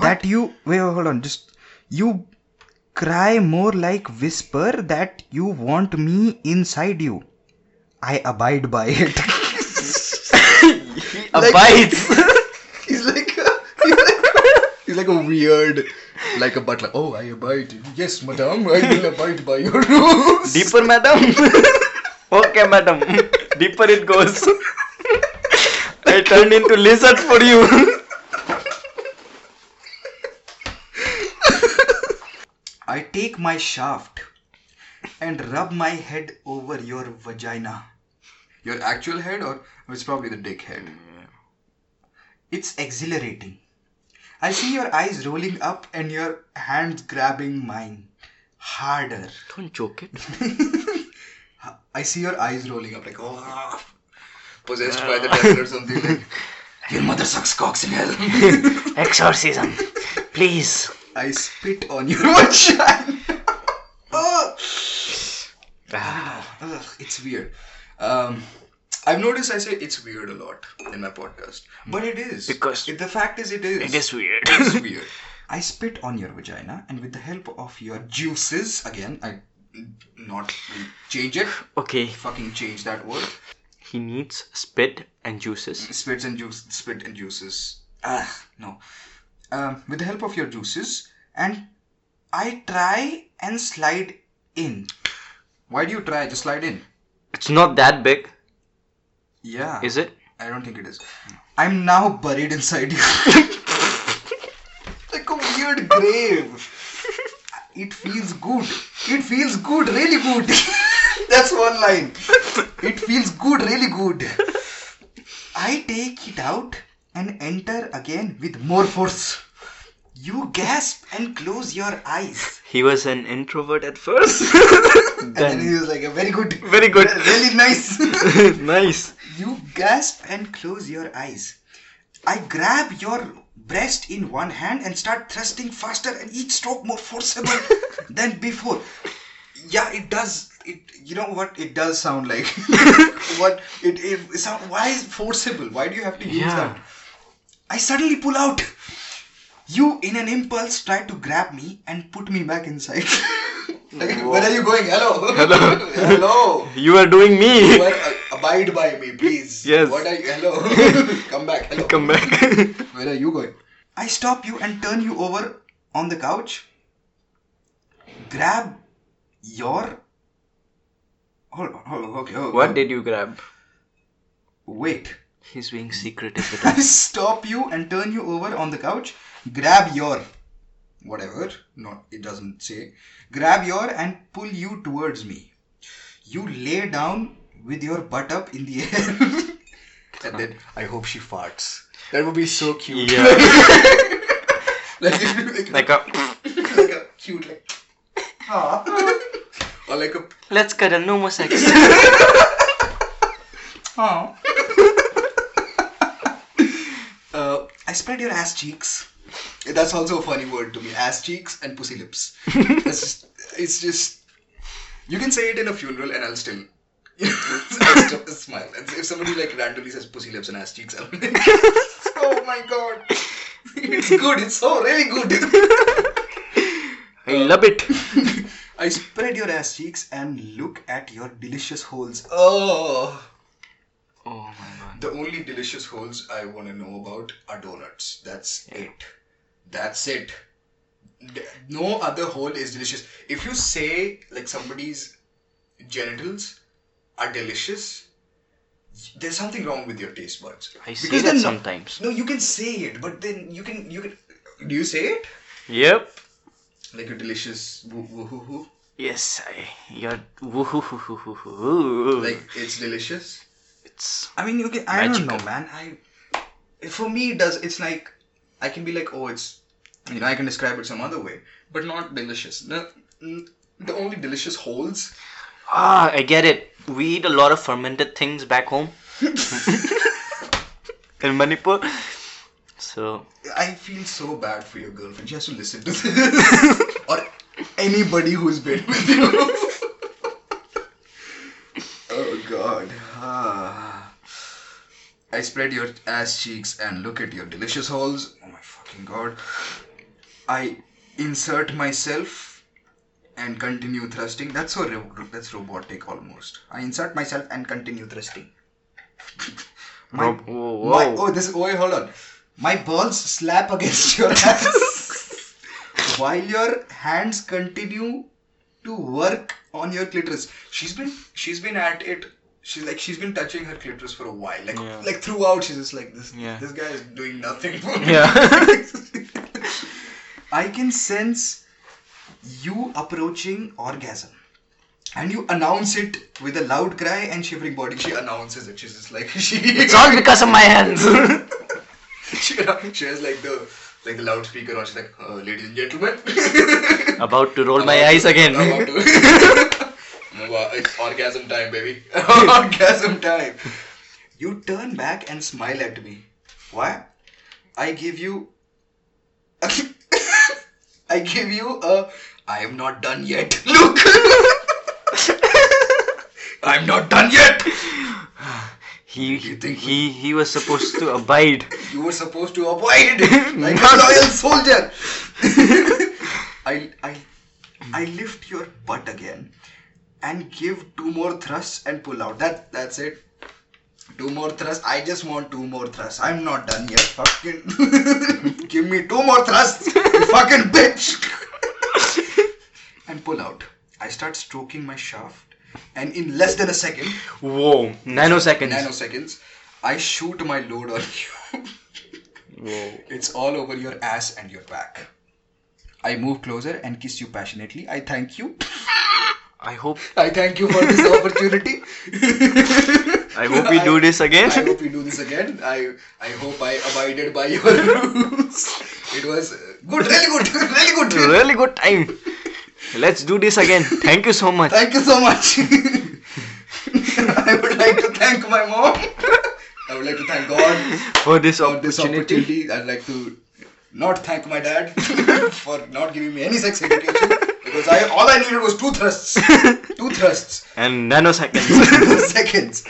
Speaker 1: that you wait, wait, hold on just you cry more like whisper that you want me inside you i abide by it
Speaker 2: He abides.
Speaker 1: he's like a, he's like a, he's like a weird like a butler oh i abide yes madam i will abide by your rules
Speaker 2: Deeper, madam. okay, madam. Deeper it goes. I turned into lizard for you.
Speaker 1: I take my shaft and rub my head over your vagina. Your actual head, or it's probably the dick head. It's exhilarating. I see your eyes rolling up and your hands grabbing mine. Harder.
Speaker 2: Don't joke it.
Speaker 1: I see your eyes rolling up like, oh, possessed by the devil or something. Like, your mother sucks cocks in hell.
Speaker 2: Exorcism, please.
Speaker 1: I spit on your vagina. oh. Ah. Ugh, it's weird. Um, I've noticed I say it's weird a lot in my podcast, but it is
Speaker 2: Because-
Speaker 1: It- the fact is it is
Speaker 2: It is weird.
Speaker 1: It is weird. I spit on your vagina, and with the help of your juices, again, I not change it.
Speaker 2: okay,
Speaker 1: Fucking change that word.
Speaker 2: he needs spit and juices.
Speaker 1: Spits and juice, spit and juices. Ah, no. Um, with the help of your juices, and I try and slide in. Why do you try? Just slide in.
Speaker 2: It's not that big,
Speaker 1: Yeah.
Speaker 2: is it?
Speaker 1: I don't think it is. I'm now buried inside you. like a weird grave. It feels good. It feels good, really good. That's one line. It feels good, really good. I take it out and enter again with more force. You gasp and close your eyes.
Speaker 2: He was an introvert at first.
Speaker 1: And then he
Speaker 2: then
Speaker 1: was like, very good.
Speaker 2: very good.
Speaker 1: Really nice.
Speaker 2: nice.
Speaker 1: You gasp and close your eyes. I grab your breast in one hand and start thrusting faster and each stroke more forcible than before. Yeah, it does. It you know what it does sound like. what it it, it sound, why is forcible? Why do you have to use
Speaker 2: Yeah.
Speaker 1: that? I suddenly pull out. You in an impulse try to grab me and put me back inside. like, where are you going? Hello. Hello. Hello.
Speaker 2: You are doing me.
Speaker 1: Well, uh, abide by me, please.
Speaker 2: Yes.
Speaker 1: What are you? Hello. Come back. Hello.
Speaker 2: Come back.
Speaker 1: Where are you going? I stop you and turn you over on the couch. Grab your. Hold on. Hold on. Okay. hold on.
Speaker 2: what did you grab?
Speaker 1: Wait.
Speaker 2: He's being secretive with
Speaker 1: I stop you and turn you over on the couch. Grab your. whatever, not it doesn't say, grab your and pull you towards me. You lay down with your butt up in the air. and then I hope she farts. That would be so cute. like, like,
Speaker 2: like a
Speaker 1: like a cute like ah. or like a
Speaker 2: let's cuddle no more sex.
Speaker 1: oh. uh, I spread your ass cheeks. That's also a funny word to me. Ass cheeks and pussy lips. That's just, it's just you can say it in a funeral and I'll still. I'll still smile. And if somebody like randomly says pussy lips and ass cheeks, I'll be like, oh my god, it's good. It's so really good.
Speaker 2: I love it.
Speaker 1: I spread your ass cheeks and look at your delicious holes. Oh,
Speaker 2: Oh my god.
Speaker 1: the only delicious holes I want to know about are donuts. That's it. That's it. D- No other hole is delicious. If you say like somebody's genitals are delicious, there's something wrong with your taste buds.
Speaker 2: I say
Speaker 1: Because
Speaker 2: that
Speaker 1: then-
Speaker 2: sometimes.
Speaker 1: No, you can say it, but then you can you can. Do you say it
Speaker 2: Yep.
Speaker 1: like a delicious woo woo hoo hoo?
Speaker 2: Yes, I. You're. Woo-hoo-hoo-hoo-hoo-hoo.
Speaker 1: Like it's delicious.
Speaker 2: it's.
Speaker 1: I mean, you can. I
Speaker 2: Magical.
Speaker 1: don't know, man. I for me, it does it's like I can be like, oh, it's you know, I can describe it some other way, but not delicious. The, the only delicious holes.
Speaker 2: Ah, I get it. We eat a lot of fermented things back home in Manipur. So,
Speaker 1: I feel so bad for your girlfriend. She has to listen to this, or anybody who's been with you. oh God. Ah. I spread your ass cheeks and look at your delicious holes. Oh my fucking God. I insert myself and continue thrusting. That's so ro- that's robotic almost. I insert myself and continue thrusting. My-
Speaker 2: Rob- whoa, whoa.
Speaker 1: my, oh, this. Oh, wait, hold on. My balls slap against your ass while your hands continue to work on your clitoris. She's been she's been at it. She's like she's been touching her clitoris for a while. Like
Speaker 2: Yeah.
Speaker 1: like throughout, she's just like this.
Speaker 2: Yeah.
Speaker 1: This guy is doing nothing for me.
Speaker 2: yeah.
Speaker 1: I can sense you approaching orgasm. And you announce it with a loud cry and shivering body. She announces it. She's just like she.
Speaker 2: it's all because of my hands.
Speaker 1: she, she has like the like the loudspeaker on. She's like, uh, ladies and gentlemen.
Speaker 2: About to roll my eyes again.
Speaker 1: I'm about to- Wow, it's orgasm time, baby. orgasm time. You turn back and smile at me. Why? I give you. I give you a. I am not done yet. Look. I'm not done yet.
Speaker 2: He
Speaker 1: you think
Speaker 2: he he was supposed to abide.
Speaker 1: You were supposed to avoid it like a loyal soldier. I, I, I lift your butt again and give two more thrusts and pull out. That that's it. Two more thrusts. I just want two more thrusts. I'm not done yet. Fucking give me two more thrusts, you fucking bitch. and pull out. I start stroking my shaft, and in less than a second,
Speaker 2: Whoa, nanoseconds.
Speaker 1: nanoseconds, I shoot my load on you.
Speaker 2: Whoa.
Speaker 1: It's all over your ass and your back. I move closer and kiss you passionately. I thank you.
Speaker 2: I hope
Speaker 1: I thank you for this opportunity.
Speaker 2: I hope we do this again.
Speaker 1: I hope we do this again. I I hope I abided by your rules. It was uh, good, really good, really good.
Speaker 2: really good time. Let's do this again. Thank you so much.
Speaker 1: Thank you so much. I would like to thank my mom. I would like to thank God.
Speaker 2: For this
Speaker 1: for this
Speaker 2: opportunity.
Speaker 1: opportunity. I'd like to not thank my dad for not giving me any sex education because I all I needed was two thrusts, two thrusts,
Speaker 2: And nanoseconds.
Speaker 1: seconds.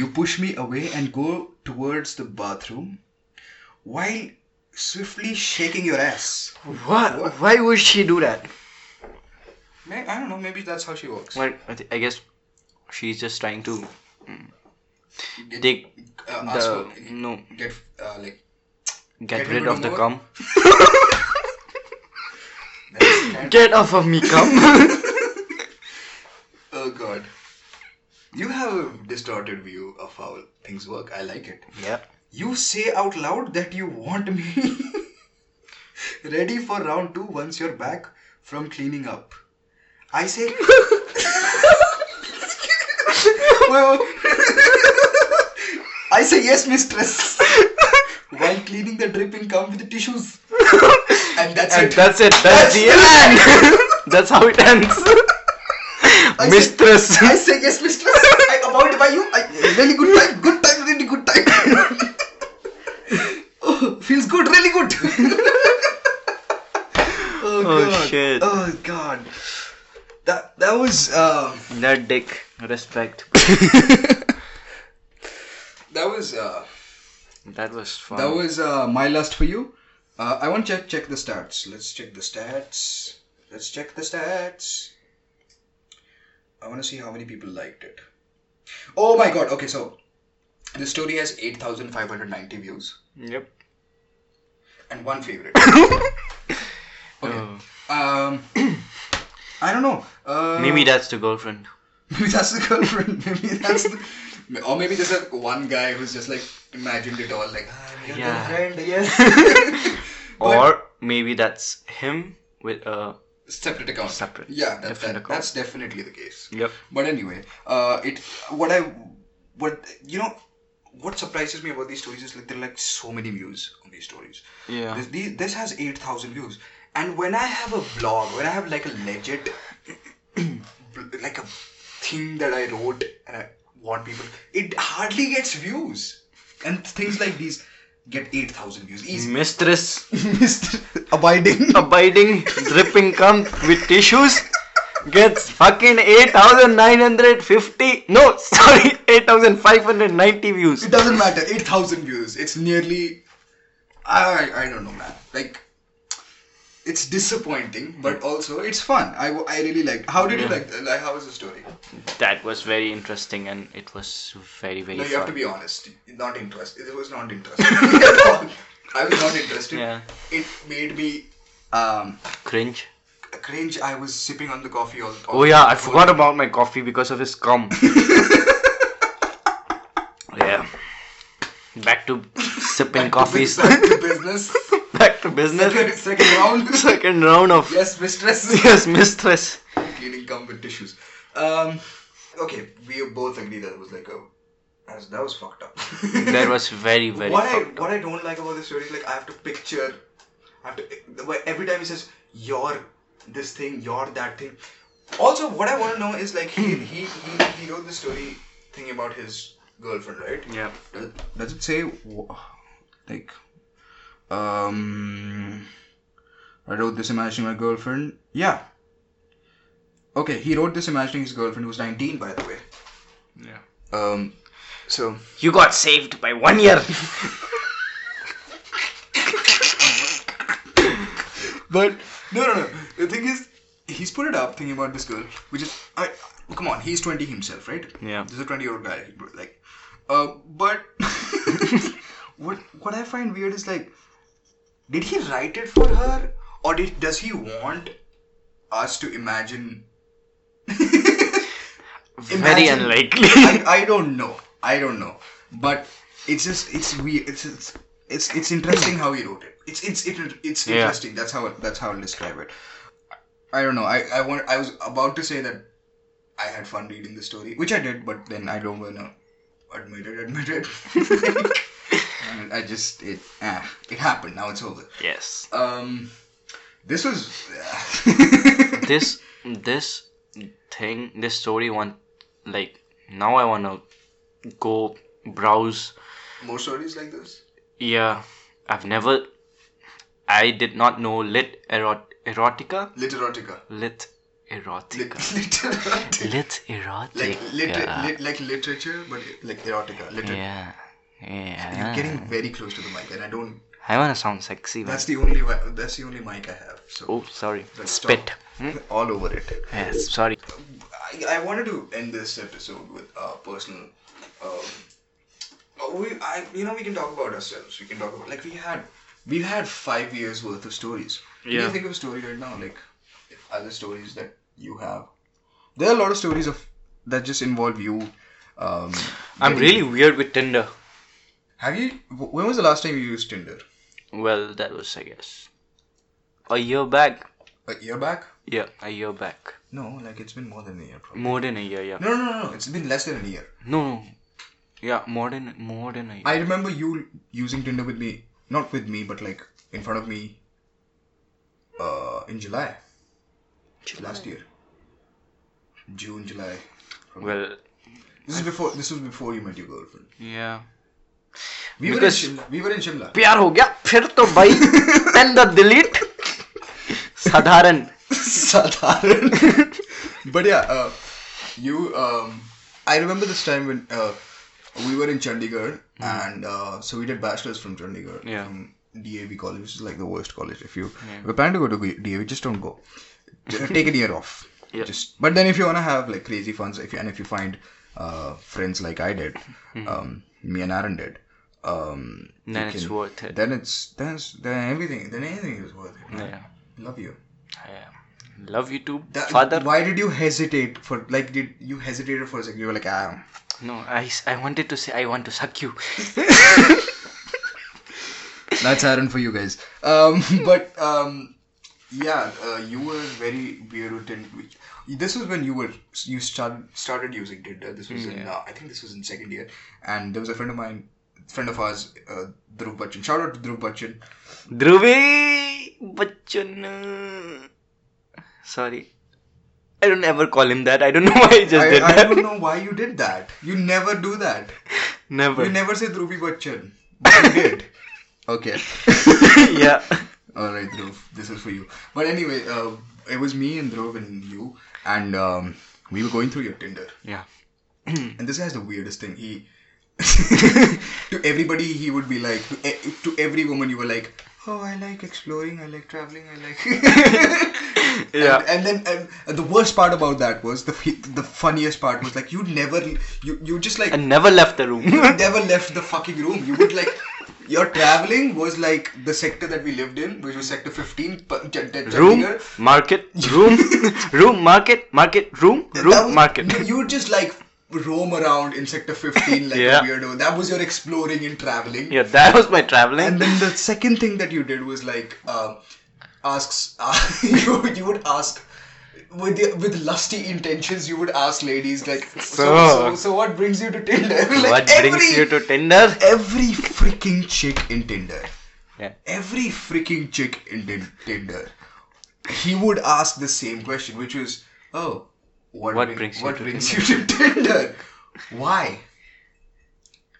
Speaker 1: You push me away and go towards the bathroom while swiftly shaking your ass.
Speaker 2: what? Why would she do that?
Speaker 1: May- I don't know. Maybe that's how she works.
Speaker 2: Well, I, th- I guess she's just trying to
Speaker 1: Get,
Speaker 2: take
Speaker 1: uh, ask
Speaker 2: the
Speaker 1: for-
Speaker 2: no
Speaker 1: get uh, like
Speaker 2: get,
Speaker 1: Get
Speaker 2: rid
Speaker 1: rid
Speaker 2: of
Speaker 1: of
Speaker 2: the
Speaker 1: more?
Speaker 2: cum.
Speaker 1: that's kind
Speaker 2: Get off of me, cum.
Speaker 1: Oh God. You have a distorted view of how things work. I like it.
Speaker 2: yeah.
Speaker 1: You say out loud that you want me. ready for round two once you're back from cleaning up. I say. Well, I say yes, mistress. While cleaning the dripping, come with the tissues. And that's
Speaker 2: And
Speaker 1: it.
Speaker 2: that's it. That's, the end. that's how it ends.
Speaker 1: I say-
Speaker 2: Mistress.
Speaker 1: I say yes, mistress. I about by you. I, really good time. Good time. Really good time. oh, feels good. Really good. oh,
Speaker 2: Oh,
Speaker 1: God.
Speaker 2: shit.
Speaker 1: Oh god. That that was uh,
Speaker 2: That dick. Respect.
Speaker 1: that was uh,
Speaker 2: That was fun.
Speaker 1: that was uh, my last for you. Uh, I want to check check the stats. Let's check the stats. Let's check the stats. I want to see how many people liked it. Oh my god. Okay, so the story has eight thousand five hundred ninety views
Speaker 2: Yep.
Speaker 1: and one favorite. okay.
Speaker 2: Uh,
Speaker 1: Um, I don't know. Uh,
Speaker 2: Maybe that's the girlfriend.
Speaker 1: Maybe that's the girlfriend. Maybe that's the. Or maybe there's a one guy who's just like imagined it all, like, ah, I'm your
Speaker 2: Yeah.
Speaker 1: girlfriend, yes. But-
Speaker 2: or maybe that's him with uh, a.
Speaker 1: separate account.
Speaker 2: Separate.
Speaker 1: Yeah, that,
Speaker 2: Different
Speaker 1: that,
Speaker 2: account.
Speaker 1: that's definitely the case.
Speaker 2: Yep.
Speaker 1: But anyway, uh, it what I what you know what surprises me about these stories is like there are like so many views on these stories.
Speaker 2: Yeah.
Speaker 1: This, these, this has eight thousand views, and when I have a blog, when I have like a legit, like a thing that I wrote and I want people, it hardly gets views, and things like these get eight thousand views easy.
Speaker 2: Mistress
Speaker 1: Mr. Abiding.
Speaker 2: Mm. abiding dripping cum with tissues gets fucking 8950 no sorry 8590 views
Speaker 1: It doesn't matter. 8,000 views. It's nearly. I, I don't know, man. Like, it's disappointing, but also it's fun. I, I really liked How did you
Speaker 2: Yeah.
Speaker 1: like Like, how was the story?
Speaker 2: that was very interesting and it was very very
Speaker 1: No, you
Speaker 2: fun
Speaker 1: have to be honest. Not interested. It was not interesting. at all. I was not interested.
Speaker 2: Yeah.
Speaker 1: It made me. Um,
Speaker 2: cringe
Speaker 1: cringe. I was sipping on the coffee all. all
Speaker 2: oh yeah i forgot about my coffee because of his cum yeah back to sipping coffees
Speaker 1: Back to business.
Speaker 2: back to business
Speaker 1: Second, second round.
Speaker 2: second round of
Speaker 1: yes, mistress.
Speaker 2: yes mistress
Speaker 1: cleaning cum with tissues. Um, okay, we both agree that was like a that was, that was fucked up.
Speaker 2: that was very very
Speaker 1: what I
Speaker 2: fucked up.
Speaker 1: what I don't like about this story is like I have to picture, I have to where every time he says you're this thing, you're that thing. Also, what I want to know is like he he, he he wrote the story thing about his girlfriend, right?
Speaker 2: yeah
Speaker 1: Does- Does it say wh- like um I wrote this imagining my girlfriend? Yeah. Okay, he wrote this imagining his girlfriend who's 19 by the way.
Speaker 2: yeah
Speaker 1: Um so
Speaker 2: You got saved by one year.
Speaker 1: but no no no the thing is he's put it up thinking about this girl which is I come on he's 20 himself right
Speaker 2: Yeah.
Speaker 1: this is a 20 year old guy like uh, but what what I find weird is like did he write it for her or did does he want us to imagine
Speaker 2: Very
Speaker 1: Imagine-
Speaker 2: unlikely.
Speaker 1: I, I don't know I don't know but it's just it's weird it's it's it's, it's interesting how he wrote it it's it's it, it's
Speaker 2: Yeah.
Speaker 1: interesting that's how that's how I'll describe it I don't know I I want I was about to say that I had fun reading the story which I did but then I don't wanna admit it admit it And I just it ah, it happened now it's over
Speaker 2: yes.
Speaker 1: um this was
Speaker 2: This this thing this story want like now I wanna go browse.
Speaker 1: more stories like this
Speaker 2: Yeah, I've never. I did not know lit erot erotica
Speaker 1: literotica
Speaker 2: lit erotica
Speaker 1: literotica
Speaker 2: lit erotica.
Speaker 1: like liter- lit- like literature, but like erotica. Liter-
Speaker 2: yeah.
Speaker 1: You're
Speaker 2: Yeah.
Speaker 1: getting very close to the mic, and I don't.
Speaker 2: I wanna sound sexy. man.
Speaker 1: That's the only. wi- That's the only mic I have. So
Speaker 2: Oh, sorry.
Speaker 1: That's
Speaker 2: Spit.
Speaker 1: all over it.
Speaker 2: Yes, sorry.
Speaker 1: I, I wanted to end this episode with a personal. Um, uh, we, I, you know, we can talk about ourselves. We can talk about like we had, we had five years worth of stories. Can
Speaker 2: Yeah.
Speaker 1: you think of a story right now? Like other stories that you have. There are a lot of stories of that just involve you. Um,
Speaker 2: I'm really weird with Tinder.
Speaker 1: Have you? wh- When was the last time you used Tinder?
Speaker 2: Well, that was, I guess, a year back.
Speaker 1: A year back?
Speaker 2: Yeah, a year back.
Speaker 1: No, like it's been more than a year, probably.
Speaker 2: More than a year, yeah.
Speaker 1: No, no, no, no. It's been less than a year.
Speaker 2: No, no. Yeah, more than more than a year.
Speaker 1: I remember you using Tinder with me, not with me, but like in front of me. Uh, in July, last year, June, July.
Speaker 2: Well,
Speaker 1: This is before. This was before you met your girlfriend.
Speaker 2: yeah.
Speaker 1: We were in
Speaker 2: Because-
Speaker 1: Shimla. We were in Shimla.
Speaker 2: प्यार हो गया फिर तो भाई ten the delete साधारण
Speaker 1: Sadharan. but yeah, uh, you. Um, I remember this time when uh, we were in Chandigarh, and uh, so we did bachelors from Chandigarh.
Speaker 2: Hmm. Yeah.
Speaker 1: From DAV college, which is like the worst college. If you we're planning to go to DAV, just don't go. J- Take a year off.
Speaker 2: Yeah.
Speaker 1: Just. But then, if you wanna have like crazy fun, if you, and if you find uh, friends like I did, um, me and Aaron did. Um, you
Speaker 2: Hmm. Then it's worth it.
Speaker 1: Then it's then it's, then everything then anything is worth it. man.
Speaker 2: Yeah.
Speaker 1: Love you.
Speaker 2: love you too
Speaker 1: That-
Speaker 2: father
Speaker 1: Why did you hesitate for like did you hesitated for a second? You were like, ah.
Speaker 2: no I, s- I wanted to say I want to suck you
Speaker 1: That's Aaron for you guys. Um, but um, yeah, uh, you were very weird and this was when you were you started started using Tinder. This was in uh, I think this was in second year, and there was a friend of mine, friend of ours, uh, Dhruv Bachchan. Shout out to Dhruv Bachchan.
Speaker 2: Dhruvi Bachchan sorry I don't ever call him that I don't know why I just
Speaker 1: I,
Speaker 2: did
Speaker 1: I
Speaker 2: that
Speaker 1: don't know why you did that. You never do that.
Speaker 2: never
Speaker 1: You never say Dhruvi Bachchan. But you did. Okay.
Speaker 2: yeah
Speaker 1: All right, Dhruv, this is for you. But anyway, uh, it was me and Dhruv and you, and um, we were going through your Tinder.
Speaker 2: yeah
Speaker 1: And this guy's the weirdest thing. He to everybody he would be like to, e- to every woman you were like, oh, I like exploring, I like traveling, I like.
Speaker 2: Yeah.
Speaker 1: And, and then and the worst part about that was the the funniest part was like you never you you just like
Speaker 2: I never left the room
Speaker 1: you never left the fucking room. You would like your traveling was like the sector that we lived in, which was sector 15, pa- Ch- Ch- Chandigarh.
Speaker 2: room market room room market market room
Speaker 1: That
Speaker 2: room
Speaker 1: was-
Speaker 2: market
Speaker 1: You would just like roam around in sector 15 like
Speaker 2: Yeah.
Speaker 1: a weirdo. That was your exploring and traveling.
Speaker 2: yeah that was my traveling
Speaker 1: And then the second thing that you did was like um, asks you, you would ask. With, the, with lusty intentions, you would ask ladies like, so so, so, what brings you to Tinder? Like
Speaker 2: what brings
Speaker 1: every-
Speaker 2: you to Tinder?
Speaker 1: every freaking chick in Tinder.
Speaker 2: Yeah.
Speaker 1: Every freaking chick in Tin- Tinder. He would ask the same question, which was, "Oh, what,
Speaker 2: What
Speaker 1: bring-
Speaker 2: brings you
Speaker 1: what
Speaker 2: to
Speaker 1: brings you to Tinder? Why?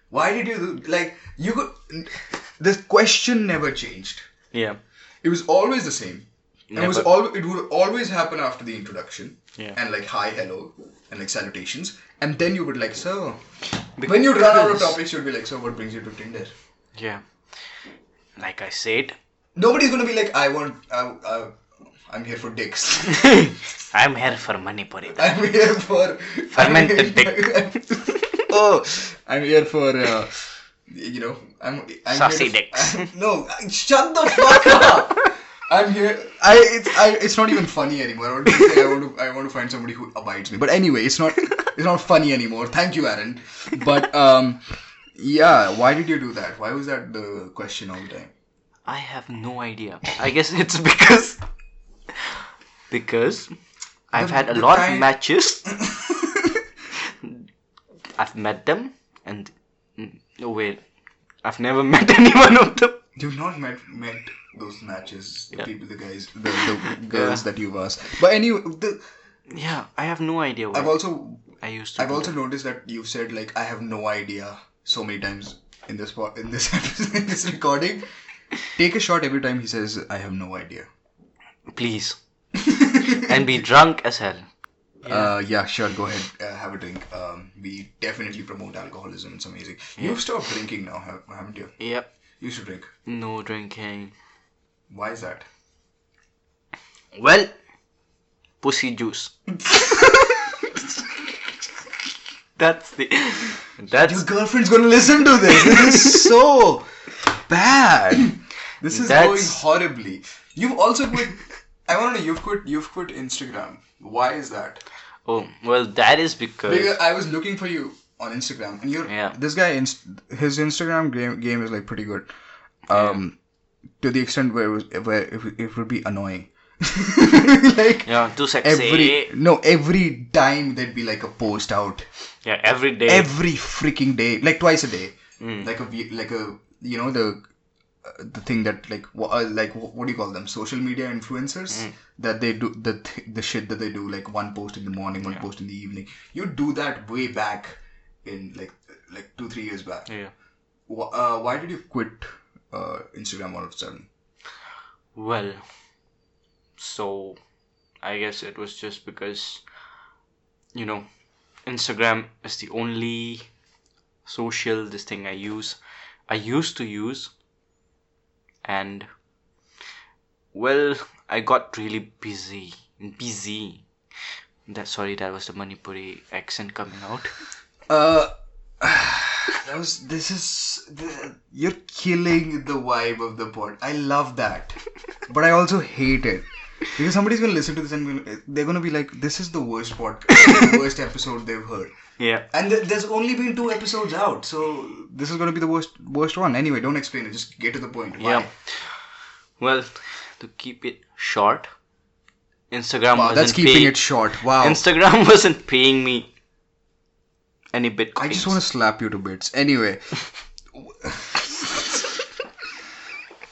Speaker 1: Why did you do- like you could?" The question never changed.
Speaker 2: Yeah,
Speaker 1: It was always the same. And It was
Speaker 2: Never.
Speaker 1: all. It would always happen after the introduction.
Speaker 2: Yeah.
Speaker 1: And like hi, hello, and like salutations, and then you would like so. when you run out of topics, you'd be like, so what brings you to Tinder?
Speaker 2: yeah. Like I said,
Speaker 1: Nobody's gonna be like, I want, I, I, I'm here for dicks.
Speaker 2: I'm here for money, Parida.
Speaker 1: I'm here for
Speaker 2: Fermented
Speaker 1: dick. oh, I'm here for, uh, you know, I'm, I'm
Speaker 2: Saucy
Speaker 1: here to-
Speaker 2: dicks.
Speaker 1: no, shut the fuck up. I'm here. I it's I, it's not even funny anymore. I want, to say, I want to I want to find somebody who abides me. But anyway, it's not it's not funny anymore. Thank you, Aaron. But um, yeah. Why did you do that? Why was that the question all the time?
Speaker 2: I have no idea. I guess it's because because I've
Speaker 1: The-
Speaker 2: had a
Speaker 1: the
Speaker 2: lot
Speaker 1: time-
Speaker 2: of matches. I've met them, and no wait, I've never met any one of them.
Speaker 1: You've not met met those matches, the people, the guys, the, the girls that you've asked. But anyway, the,
Speaker 2: Yeah, I have no idea
Speaker 1: I've
Speaker 2: why
Speaker 1: also
Speaker 2: I used to.
Speaker 1: I've
Speaker 2: do
Speaker 1: also noticed that you've said like I have no idea so many times in this po- in this episode, in this recording. Take a shot every time he says I have no idea.
Speaker 2: that. Please, and be drunk as hell.
Speaker 1: Uh, yeah, sure, go ahead, uh, have a drink. Um, we definitely promote alcoholism. It's amazing. You've stopped drinking now, ha- haven't you?
Speaker 2: Yep,
Speaker 1: You used to drink.
Speaker 2: no drinking.
Speaker 1: Why is that?
Speaker 2: Well, pussy juice. that's the. That's
Speaker 1: Your girlfriend's gonna listen to this. This is so bad. This is
Speaker 2: That's-
Speaker 1: going horribly. You've also quit. I want to know. You've quit. You've quit Instagram. Why is that?
Speaker 2: oh well. That is because
Speaker 1: Because I was looking for you on Instagram, and you're
Speaker 2: Yeah.
Speaker 1: this guy. Inst- his Instagram game game is like pretty good. Um, to the extent where it, was, where it, would- it would be annoying. like
Speaker 2: Yeah, too sexy.
Speaker 1: every no every time there'd be like a post out
Speaker 2: yeah, every day.
Speaker 1: every freaking day, like twice a day,
Speaker 2: Mm.
Speaker 1: like a we- like a you know the uh, the thing that like wha- uh, like wha- what do you call them? Social media influencers that they do the th- the shit that they do like one post in the morning, one post in the evening. You do that way back in like like two three years back.
Speaker 2: yeah.
Speaker 1: Wh- uh, why did you quit uh, Instagram all of a sudden?
Speaker 2: Well, so I guess it was just because, you know, Instagram is the only social this thing I use. I used to use, and well, I got really busy. Busy. That sorry, that was the Manipuri accent coming out.
Speaker 1: Uh, that was this is th you're killing the vibe of the pod. I love that, but I also hate it because somebody's gonna listen to this and gonna- they're gonna be like, "This is the worst podcast, the worst episode they've heard."
Speaker 2: Yeah.
Speaker 1: And th- there's only been two episodes out, so this is gonna be the worst worst one. Anyway, don't explain it. Just get to the point. Why?
Speaker 2: Yeah. Well, to keep it short, Instagram
Speaker 1: Wow,
Speaker 2: wasn't
Speaker 1: that's keeping
Speaker 2: paying-
Speaker 1: it short. Wow.
Speaker 2: Instagram wasn't paying me any
Speaker 1: I
Speaker 2: bitcoins.
Speaker 1: just want to slap you to bits. Anyway,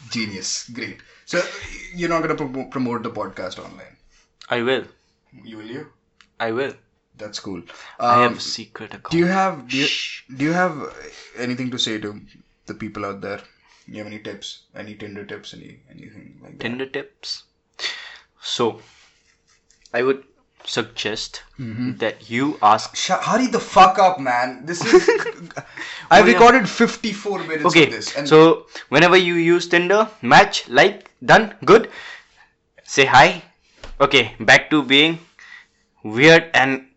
Speaker 1: genius, great. So you're not gonna promo promote the podcast online.
Speaker 2: I will.
Speaker 1: You will you?
Speaker 2: I will.
Speaker 1: That's cool. Um,
Speaker 2: I have a secret account.
Speaker 1: do you have do you,
Speaker 2: Shh.
Speaker 1: do you have uh, anything to say to the people out there? You have any tips? Any Tinder tips? Any anything like that?
Speaker 2: Tinder tips? So, I would suggest
Speaker 1: Mm-hmm.
Speaker 2: that you ask.
Speaker 1: Sh- hurry the fuck up, man! This is I've
Speaker 2: yeah.
Speaker 1: recorded 54 minutes
Speaker 2: Okay,
Speaker 1: of this, and
Speaker 2: so whenever you use Tinder, match, like, done, good. Say hi. Okay, back to being weird and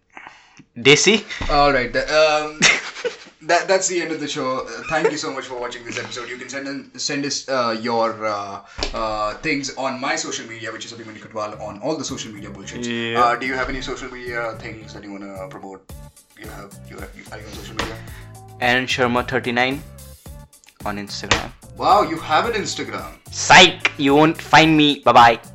Speaker 2: desi.
Speaker 1: All right. th- Um, that that's the end of the show. Uh, thank you so much for watching this episode. You can send in, send us uh, your uh, uh, things on my social media, which is Abhimanyu Kutwal on all the social media bullshits.
Speaker 2: Yeah.
Speaker 1: Uh, do you have any social media things that you wanna promote? You have you, have, you are you on social media?
Speaker 2: Aaron Sharma 39 on Instagram.
Speaker 1: Wow, you have an Instagram.
Speaker 2: Psych! You won't find me. Bye bye.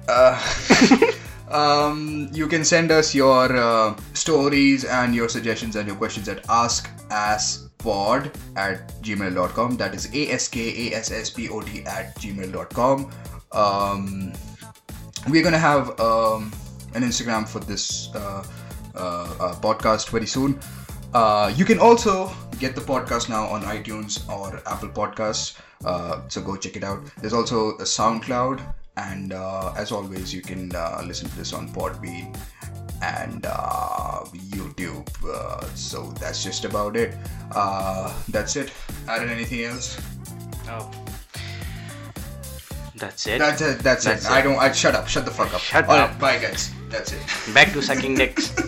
Speaker 1: Uh,
Speaker 2: Oh.
Speaker 1: um, you can send us your uh, stories and your suggestions and your questions at askasspod at gmail.com. That is A-S-K-A-S-S-P-O-D at gmail.com. Um, we're going to have um, an Instagram for this uh, uh, uh, podcast very soon. Uh, you can also get the podcast now on iTunes or Apple Podcasts. Uh, so go check it out. There's also a SoundCloud. And uh, as always, you can uh, listen to this on Podbean and uh, YouTube. Uh, so that's just about it. Uh, that's it. Aaron, anything else?
Speaker 2: Oh. That's it.
Speaker 1: That's it. That's,
Speaker 2: That's
Speaker 1: it.
Speaker 2: it.
Speaker 1: I don't. I shut up. Shut the fuck up.
Speaker 2: Shut
Speaker 1: All
Speaker 2: up.
Speaker 1: right, Bye, guys. That's it.
Speaker 2: Back to sucking dicks.